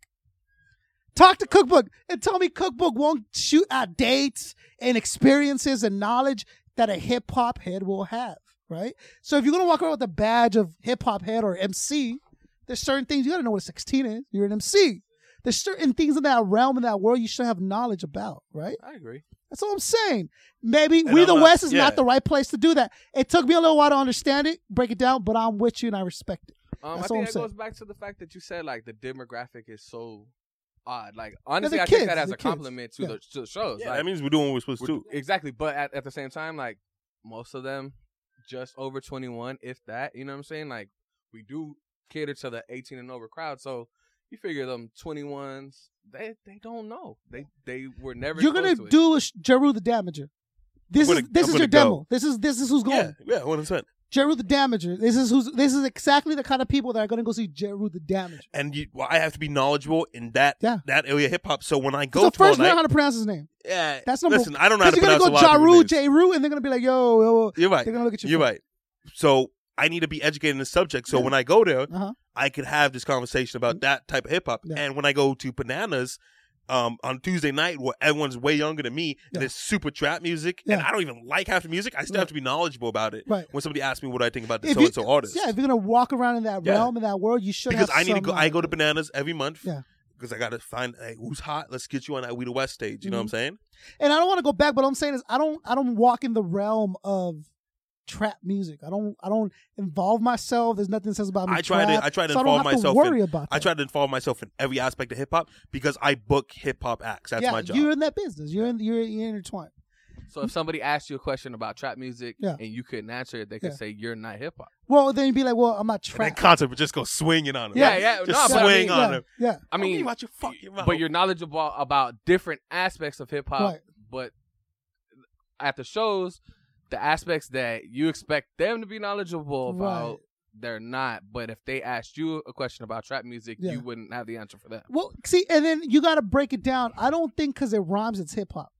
[SPEAKER 3] Talk to Cookbook and tell me Cookbook won't shoot out dates and experiences and knowledge that a hip hop head will have, right? So if you're gonna walk around with a badge of hip hop head or MC, there's certain things you gotta know what a 16 is. You're an MC. There's certain things in that realm in that world you should have knowledge about, right?
[SPEAKER 4] I agree.
[SPEAKER 3] That's all I'm saying. Maybe We
[SPEAKER 5] I'm
[SPEAKER 3] the
[SPEAKER 5] not-
[SPEAKER 3] West is not
[SPEAKER 5] yeah.
[SPEAKER 3] the right place to do that. It took me a little while to understand it, break it down, but I'm with you and I respect it.
[SPEAKER 4] Um,
[SPEAKER 3] That's
[SPEAKER 4] I
[SPEAKER 3] all I'm
[SPEAKER 4] think that
[SPEAKER 3] saying.
[SPEAKER 4] goes back to the fact that you said like the demographic is so odd. Like honestly,
[SPEAKER 3] the
[SPEAKER 4] I
[SPEAKER 3] kids,
[SPEAKER 4] take that as
[SPEAKER 3] the
[SPEAKER 4] a
[SPEAKER 3] kids.
[SPEAKER 4] compliment to
[SPEAKER 3] Yeah.
[SPEAKER 4] the to the shows.
[SPEAKER 5] Yeah,
[SPEAKER 4] like,
[SPEAKER 5] that means we're doing what we're supposed to.
[SPEAKER 4] We're-
[SPEAKER 5] do.
[SPEAKER 4] Exactly, but at, at the same time, like most of them, just over twenty one, if that. You know what I'm saying? Like we do cater to the eighteen and over crowd, so you figure them twenty ones, they they don't know. They they were never.
[SPEAKER 3] You're
[SPEAKER 4] exposed
[SPEAKER 3] gonna
[SPEAKER 4] to it.
[SPEAKER 3] do a sh- Jeru the Damager. This
[SPEAKER 5] I'm
[SPEAKER 3] is
[SPEAKER 5] gonna-
[SPEAKER 3] this
[SPEAKER 5] I'm
[SPEAKER 3] is
[SPEAKER 5] gonna
[SPEAKER 3] your
[SPEAKER 5] go.
[SPEAKER 3] demo. This is this is who's going.
[SPEAKER 5] Yeah, yeah, one hundred percent.
[SPEAKER 3] Jeru the Damager. This is who's this is exactly the kind of people that are gonna go see Jeru the Damager.
[SPEAKER 5] And you, well, I have to be knowledgeable in that
[SPEAKER 3] Yeah.
[SPEAKER 5] that area of hip hop. So when I go
[SPEAKER 3] So
[SPEAKER 5] tomorrow
[SPEAKER 3] first, learn
[SPEAKER 5] night,
[SPEAKER 3] how to pronounce his name.
[SPEAKER 5] yeah,
[SPEAKER 3] That's number.
[SPEAKER 5] listen, I don't know how to
[SPEAKER 3] Because you're
[SPEAKER 5] pronounce
[SPEAKER 3] gonna
[SPEAKER 5] a
[SPEAKER 3] go
[SPEAKER 5] lot of people's
[SPEAKER 3] Jaru,
[SPEAKER 5] names.
[SPEAKER 3] Jeru, and they're gonna be like, yo, yo, yo.
[SPEAKER 5] You're right.
[SPEAKER 3] They're gonna look at you
[SPEAKER 5] You're
[SPEAKER 3] funny.
[SPEAKER 5] right. So I need to be educated in the subject. So when I go there,
[SPEAKER 3] Uh-huh. Mm.
[SPEAKER 5] I could have this conversation about that type of hip hop.
[SPEAKER 3] Yeah.
[SPEAKER 5] And when I go to Bananas um, on Tuesday night, where everyone's way younger than me, and
[SPEAKER 3] Yeah.
[SPEAKER 5] it's super trap music, and
[SPEAKER 3] Yeah.
[SPEAKER 5] I don't even like half the music, I still have to be knowledgeable about it.
[SPEAKER 3] Right.
[SPEAKER 5] When somebody asks me what I think about the
[SPEAKER 3] If
[SPEAKER 5] so
[SPEAKER 3] you,
[SPEAKER 5] and so artist,
[SPEAKER 3] yeah, if you're gonna walk around in that
[SPEAKER 5] Yeah.
[SPEAKER 3] realm in that world, you should
[SPEAKER 5] because
[SPEAKER 3] have
[SPEAKER 5] I need to
[SPEAKER 3] some
[SPEAKER 5] go. I go to
[SPEAKER 3] knowledge.
[SPEAKER 5] Bananas every month.
[SPEAKER 3] Yeah.
[SPEAKER 5] Because I gotta find hey, who's hot. Let's get you on that We the West stage. You know what I'm
[SPEAKER 3] Mm-hmm.
[SPEAKER 5] saying?
[SPEAKER 3] and I don't want to go back, but what I'm saying is I don't I don't walk in the realm of trap music. I don't I don't involve myself. There's nothing that says about me.
[SPEAKER 5] I try
[SPEAKER 3] trap,
[SPEAKER 5] to I try to
[SPEAKER 3] so I don't
[SPEAKER 5] involve
[SPEAKER 3] have
[SPEAKER 5] myself.
[SPEAKER 3] To worry
[SPEAKER 5] in,
[SPEAKER 3] about. That.
[SPEAKER 5] I try to involve myself in every aspect of hip hop because I book hip hop acts. That's
[SPEAKER 3] yeah,
[SPEAKER 5] my job.
[SPEAKER 3] You're in that business. You're in you're, you're intertwined.
[SPEAKER 4] So if somebody asked you a question about trap music
[SPEAKER 3] Yeah.
[SPEAKER 4] and you couldn't answer it, they could
[SPEAKER 3] Yeah.
[SPEAKER 4] say you're not hip hop.
[SPEAKER 3] Well, then you'd be like, well, I'm not
[SPEAKER 5] And then
[SPEAKER 3] trap.
[SPEAKER 5] concept would just go swinging on him.
[SPEAKER 4] Yeah,
[SPEAKER 5] right?
[SPEAKER 4] yeah, no,
[SPEAKER 5] just
[SPEAKER 4] but I
[SPEAKER 5] swing
[SPEAKER 4] mean-
[SPEAKER 5] on
[SPEAKER 3] yeah,
[SPEAKER 5] him.
[SPEAKER 3] yeah.
[SPEAKER 4] I
[SPEAKER 5] Don't be
[SPEAKER 4] mean,
[SPEAKER 5] about your fucking mouth.
[SPEAKER 4] but you're knowledgeable about different aspects of hip hop.
[SPEAKER 3] Right.
[SPEAKER 4] But at the shows, the aspects that you expect them to be knowledgeable about,
[SPEAKER 3] Right.
[SPEAKER 4] they're not. But if they asked you a question about trap music,
[SPEAKER 3] Yeah.
[SPEAKER 4] you wouldn't have the answer for that.
[SPEAKER 3] Well, see, and then you got to break it down. I don't think because it rhymes, it's hip hop.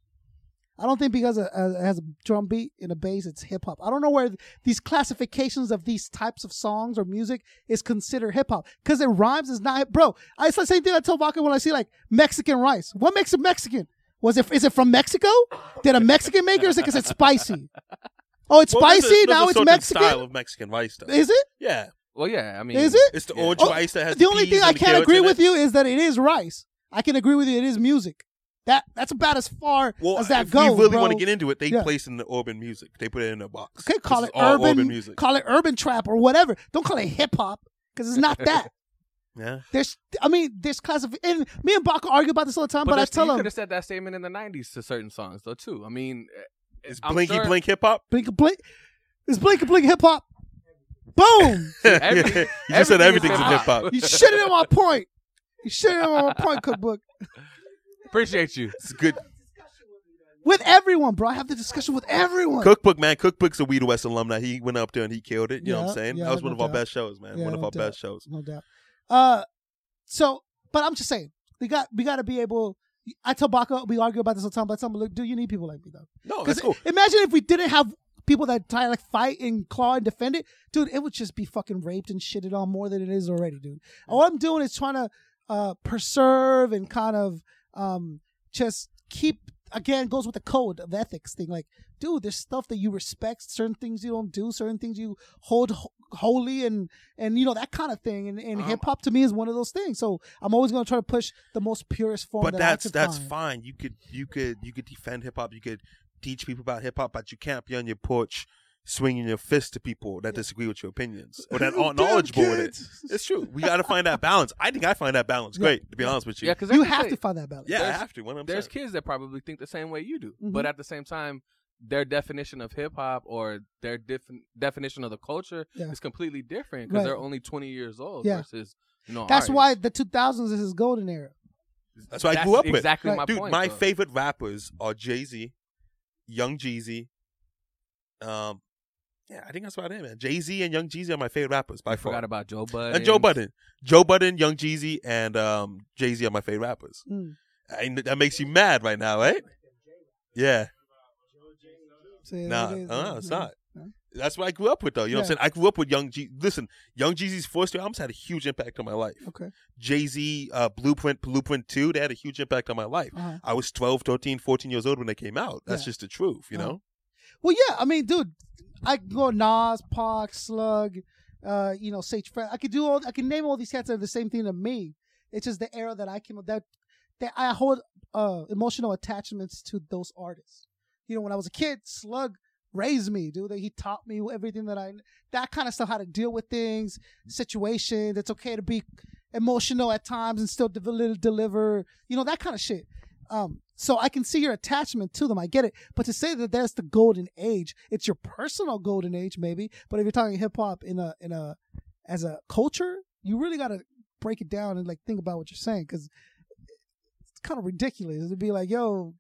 [SPEAKER 3] I don't think because it uh, it has a drum beat and a bass, it's hip hop. I don't know where th- these classifications of these types of songs or music is considered hip hop because it rhymes is not. hip- Bro, I- it's the same thing I tell Vaca when I see like Mexican rice. What makes it Mexican? Was it is it from Mexico? Did a Mexican make it? Or is it because it's spicy? Oh, it's
[SPEAKER 5] Well, there's a-
[SPEAKER 3] spicy.
[SPEAKER 5] there's a
[SPEAKER 3] now it's
[SPEAKER 5] certain
[SPEAKER 3] Mexican.
[SPEAKER 5] Style of Mexican rice, though.
[SPEAKER 3] Is it?
[SPEAKER 5] yeah,
[SPEAKER 4] Well, yeah. I mean,
[SPEAKER 3] Is it?
[SPEAKER 5] It's the
[SPEAKER 4] Yeah.
[SPEAKER 5] orange
[SPEAKER 3] Oh,
[SPEAKER 5] rice that has
[SPEAKER 3] the only
[SPEAKER 5] peas
[SPEAKER 3] thing I
[SPEAKER 5] and the
[SPEAKER 3] can't
[SPEAKER 5] carrots
[SPEAKER 3] agree
[SPEAKER 5] in it.
[SPEAKER 3] with you is that it is rice. I can agree with you. It is music. That that's about as far
[SPEAKER 5] Well,
[SPEAKER 3] as that
[SPEAKER 5] if
[SPEAKER 3] goes.
[SPEAKER 5] we really
[SPEAKER 3] bro.
[SPEAKER 5] want to get into it, they
[SPEAKER 3] Yeah.
[SPEAKER 5] place in the urban music. They put it in a box.
[SPEAKER 3] Okay, call
[SPEAKER 5] This
[SPEAKER 3] it
[SPEAKER 5] is all
[SPEAKER 3] urban,
[SPEAKER 5] music.
[SPEAKER 3] Call it urban trap or whatever. Don't call it hip hop because it's not
[SPEAKER 5] <laughs>
[SPEAKER 3] that.
[SPEAKER 5] yeah.
[SPEAKER 3] there's, I mean, there's classif- and me and Baca argue about this all the time, but, I
[SPEAKER 4] that's-
[SPEAKER 3] tell
[SPEAKER 4] you
[SPEAKER 3] him
[SPEAKER 4] could have said that statement in the '90s to certain songs, though. Too. I mean, eh,
[SPEAKER 5] Is
[SPEAKER 4] I'm
[SPEAKER 5] Blinky
[SPEAKER 4] sure-
[SPEAKER 5] Blink hip
[SPEAKER 3] <laughs>
[SPEAKER 5] hop?
[SPEAKER 3] blink, blink, it's blink, blink hip hop. Boom!
[SPEAKER 5] <laughs> you
[SPEAKER 4] everything-
[SPEAKER 5] just said
[SPEAKER 4] everything is
[SPEAKER 5] everything's in hip
[SPEAKER 4] hip-hop.
[SPEAKER 5] hop.
[SPEAKER 3] you shit it on my point. You shit it on my point cookbook
[SPEAKER 4] Appreciate you.
[SPEAKER 5] It's good.
[SPEAKER 3] with everyone, bro. I have the discussion with everyone.
[SPEAKER 5] Cookbook, man. Cookbook's a Weed West alumni. He went up there and he killed it. You know what
[SPEAKER 3] Yeah,
[SPEAKER 5] I'm saying?
[SPEAKER 3] yeah,
[SPEAKER 5] that was one
[SPEAKER 3] no
[SPEAKER 5] of our
[SPEAKER 3] doubt.
[SPEAKER 5] best shows, man.
[SPEAKER 3] Yeah,
[SPEAKER 5] one of
[SPEAKER 3] no
[SPEAKER 5] our
[SPEAKER 3] doubt.
[SPEAKER 5] best shows.
[SPEAKER 3] no doubt. Uh, so, but I'm just saying, we got we got to be able. I tell Baca we argue about this all the time, but I tell him, look, dude, you need people like me though.
[SPEAKER 5] No,
[SPEAKER 3] Because
[SPEAKER 5] Oh, that's cool.
[SPEAKER 3] imagine if we didn't have people that try to like fight and claw and defend it, dude. It would just be fucking raped and shitted on more than it is already, dude. All I'm doing is trying to uh, preserve and kind of um, just keep. Again, goes with the code of ethics thing. Like, dude, there's stuff that you respect, certain things you don't do, certain things you hold ho- holy, and and you know that kind of thing. And, and
[SPEAKER 5] Uh-huh.
[SPEAKER 4] Um,
[SPEAKER 3] hip hop to me is one of those things. So I'm always gonna try to push the most purest form.
[SPEAKER 5] But
[SPEAKER 3] that
[SPEAKER 5] that's
[SPEAKER 3] I can
[SPEAKER 5] that's
[SPEAKER 3] find.
[SPEAKER 5] fine. You could you could you could defend hip hop. You could teach people about hip hop, but you can't be on your porch swinging your fist to people that disagree with your opinions or that aren't
[SPEAKER 3] Damn
[SPEAKER 5] knowledgeable with it.
[SPEAKER 3] kids.
[SPEAKER 5] It's true. We got to find that balance. I think I find that balance
[SPEAKER 3] Yeah.
[SPEAKER 5] great. To be honest with you,
[SPEAKER 4] Yeah, because
[SPEAKER 3] You have to find that balance.
[SPEAKER 5] Yeah, I
[SPEAKER 4] There's-
[SPEAKER 5] have to. One hundred
[SPEAKER 4] There's
[SPEAKER 5] percent.
[SPEAKER 4] kids that probably think the same way you do,
[SPEAKER 3] Mhm.
[SPEAKER 4] but at the same time, their definition of hip hop or their def- definition of the culture
[SPEAKER 3] Yeah.
[SPEAKER 4] is completely different because
[SPEAKER 3] Right.
[SPEAKER 4] they're only 20 years old
[SPEAKER 3] Yeah.
[SPEAKER 4] versus you know.
[SPEAKER 3] That's
[SPEAKER 4] our
[SPEAKER 3] why
[SPEAKER 4] age.
[SPEAKER 3] the 2000s is his golden era.
[SPEAKER 5] That's what I grew up with.
[SPEAKER 4] exactly
[SPEAKER 3] Right.
[SPEAKER 4] my
[SPEAKER 5] Dude,
[SPEAKER 4] point.
[SPEAKER 5] my
[SPEAKER 4] though.
[SPEAKER 5] favorite rappers are Jay Z, Young Jeezy. Um, yeah, I think that's about it, man. Jay Z and Young Jeezy are my favorite rappers by
[SPEAKER 4] I
[SPEAKER 5] far.
[SPEAKER 4] forgot about Joe Budden.
[SPEAKER 5] and Joe Budden, Joe Budden, Young Jeezy, and um, Jay Z are my favorite rappers.
[SPEAKER 3] Mm,
[SPEAKER 5] I, that makes you mad right now, right? Yeah,
[SPEAKER 3] see,
[SPEAKER 5] nah,
[SPEAKER 3] it is,
[SPEAKER 5] uh, it's
[SPEAKER 3] yeah.
[SPEAKER 5] not.
[SPEAKER 3] No.
[SPEAKER 5] That's what I grew up with, though. You know what I'm saying? I grew up with Young Jeezy. Listen, Young Jeezy's first two albums had a huge impact on my life.
[SPEAKER 3] Okay.
[SPEAKER 5] Jay Z, uh, Blueprint, Blueprint 2, they had a huge impact on my life.
[SPEAKER 3] Uh-huh.
[SPEAKER 5] I was 12, 13, 14 years old when they came out. That's
[SPEAKER 3] Yeah.
[SPEAKER 5] just the truth, you
[SPEAKER 3] Uh-huh. <laughs>
[SPEAKER 5] know?
[SPEAKER 3] Well, yeah, I mean, dude, I can go Nas, Pac, Slug, uh, you know, Sage Fred. I could do all. I can name all these cats that are the same thing to me. It's just the era that I came up that that I hold uh, emotional attachments to those artists. You know, when I was a kid, Slug raised me, dude. He taught me everything that I that kind of stuff, how to deal with things, situations. It's okay to be emotional at times and still de- deliver, you know, that kind of shit. Um, so I can see your attachment to them. I get it. But to say that that's the golden age, it's your personal golden age, maybe. But if you're talking hip hop in a in a as a culture, you really gotta break it down and like think about what you're saying because it's kind of ridiculous to be like, yo,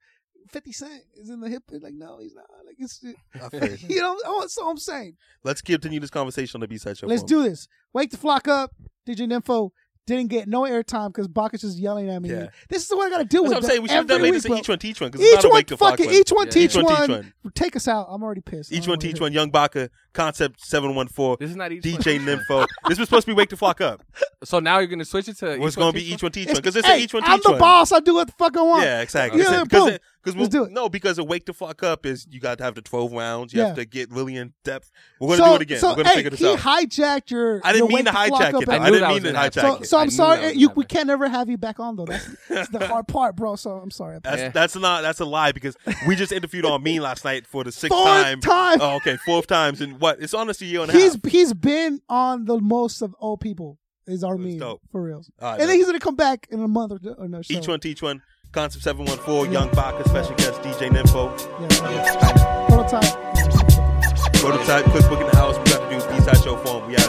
[SPEAKER 3] Fifty Cent is in the hip. Like, no, he's not. Like, it's <laughs> you know, oh, that's all I'm saying.
[SPEAKER 5] <laughs> Let's continue this conversation on the B side show.
[SPEAKER 3] Let's
[SPEAKER 5] forum.
[SPEAKER 3] do this. Wake the flock up. DJ Info didn't get no airtime because Baka's just yelling at me.
[SPEAKER 5] Yeah.
[SPEAKER 3] This is what I got to do
[SPEAKER 5] That's
[SPEAKER 3] with
[SPEAKER 5] what I'm saying. We should have done
[SPEAKER 3] every
[SPEAKER 5] maybe
[SPEAKER 3] week,
[SPEAKER 5] this
[SPEAKER 3] bro.
[SPEAKER 5] each one teach one because
[SPEAKER 3] Each
[SPEAKER 5] it's not a
[SPEAKER 3] one,
[SPEAKER 5] wake the clock
[SPEAKER 3] fucking
[SPEAKER 5] one.
[SPEAKER 3] each one,
[SPEAKER 4] Yeah.
[SPEAKER 3] teach
[SPEAKER 5] Each one, teach
[SPEAKER 3] one.
[SPEAKER 5] one.
[SPEAKER 3] Take us out. I'm already pissed.
[SPEAKER 5] Each
[SPEAKER 3] I
[SPEAKER 5] one
[SPEAKER 3] don't wanna
[SPEAKER 5] teach
[SPEAKER 3] hear
[SPEAKER 5] one. Young Baka, Concept seven one four,
[SPEAKER 4] This is not each
[SPEAKER 5] DJ
[SPEAKER 4] one.
[SPEAKER 3] <laughs>
[SPEAKER 5] Nympho. this was supposed to be wake the flock up.
[SPEAKER 4] So now you're gonna switch it to. each
[SPEAKER 5] What's
[SPEAKER 4] one
[SPEAKER 5] going to be
[SPEAKER 4] teach
[SPEAKER 5] each one teach
[SPEAKER 3] it.
[SPEAKER 5] one because it's
[SPEAKER 3] Hey,
[SPEAKER 5] each one
[SPEAKER 3] I'm
[SPEAKER 5] teach
[SPEAKER 3] the
[SPEAKER 5] one.
[SPEAKER 3] boss. I do what the fuck I want.
[SPEAKER 5] Yeah, exactly.
[SPEAKER 3] Yeah,
[SPEAKER 5] That's it.
[SPEAKER 3] boom.
[SPEAKER 5] Because it- because
[SPEAKER 3] Let's
[SPEAKER 5] we'll-
[SPEAKER 3] do it.
[SPEAKER 5] no, because a wake the fuck up is you got to have the twelve rounds. You
[SPEAKER 3] Yeah.
[SPEAKER 5] have to get really in depth. We're gonna
[SPEAKER 3] so,
[SPEAKER 5] do it again.
[SPEAKER 3] So,
[SPEAKER 5] We're gonna
[SPEAKER 3] hey,
[SPEAKER 5] figure this
[SPEAKER 3] he
[SPEAKER 5] out.
[SPEAKER 3] hijacked your.
[SPEAKER 5] I didn't
[SPEAKER 3] your wake
[SPEAKER 5] mean
[SPEAKER 3] the
[SPEAKER 5] to
[SPEAKER 3] flock
[SPEAKER 5] hijack
[SPEAKER 3] up
[SPEAKER 5] it.
[SPEAKER 3] and-
[SPEAKER 5] I
[SPEAKER 4] I knew
[SPEAKER 5] didn't
[SPEAKER 4] that
[SPEAKER 5] mean
[SPEAKER 4] was
[SPEAKER 5] to
[SPEAKER 4] gonna
[SPEAKER 5] hijack
[SPEAKER 4] happen.
[SPEAKER 3] So,
[SPEAKER 5] it.
[SPEAKER 3] so
[SPEAKER 4] I
[SPEAKER 3] I'm
[SPEAKER 4] knew that
[SPEAKER 3] sorry. eh,
[SPEAKER 4] was
[SPEAKER 3] You,
[SPEAKER 4] gonna
[SPEAKER 3] we
[SPEAKER 4] happen.
[SPEAKER 3] can't ever have you back on though. That's,
[SPEAKER 5] <laughs>
[SPEAKER 3] that's the hard part, bro. So I'm sorry.
[SPEAKER 5] That's
[SPEAKER 4] Yeah.
[SPEAKER 5] that's not that's a lie because we just
[SPEAKER 3] <laughs>
[SPEAKER 5] interviewed on me last night for the sixth
[SPEAKER 3] Fourth
[SPEAKER 5] time.
[SPEAKER 3] time.
[SPEAKER 5] Oh, okay, fourth times and what? It's honestly a year and a half.
[SPEAKER 3] He's he's been on the most of all people. Is our meme
[SPEAKER 5] dope.
[SPEAKER 3] for reals?
[SPEAKER 5] All right,
[SPEAKER 3] and then
[SPEAKER 5] man.
[SPEAKER 3] he's gonna come back in a month or, two- or no. So.
[SPEAKER 5] Each one teach one. Concept seven one four. Young Baka, special guest DJ Nympho.
[SPEAKER 3] Yeah. Total time.
[SPEAKER 5] Prototype, quick book in the house. We got to do B side show form. We out.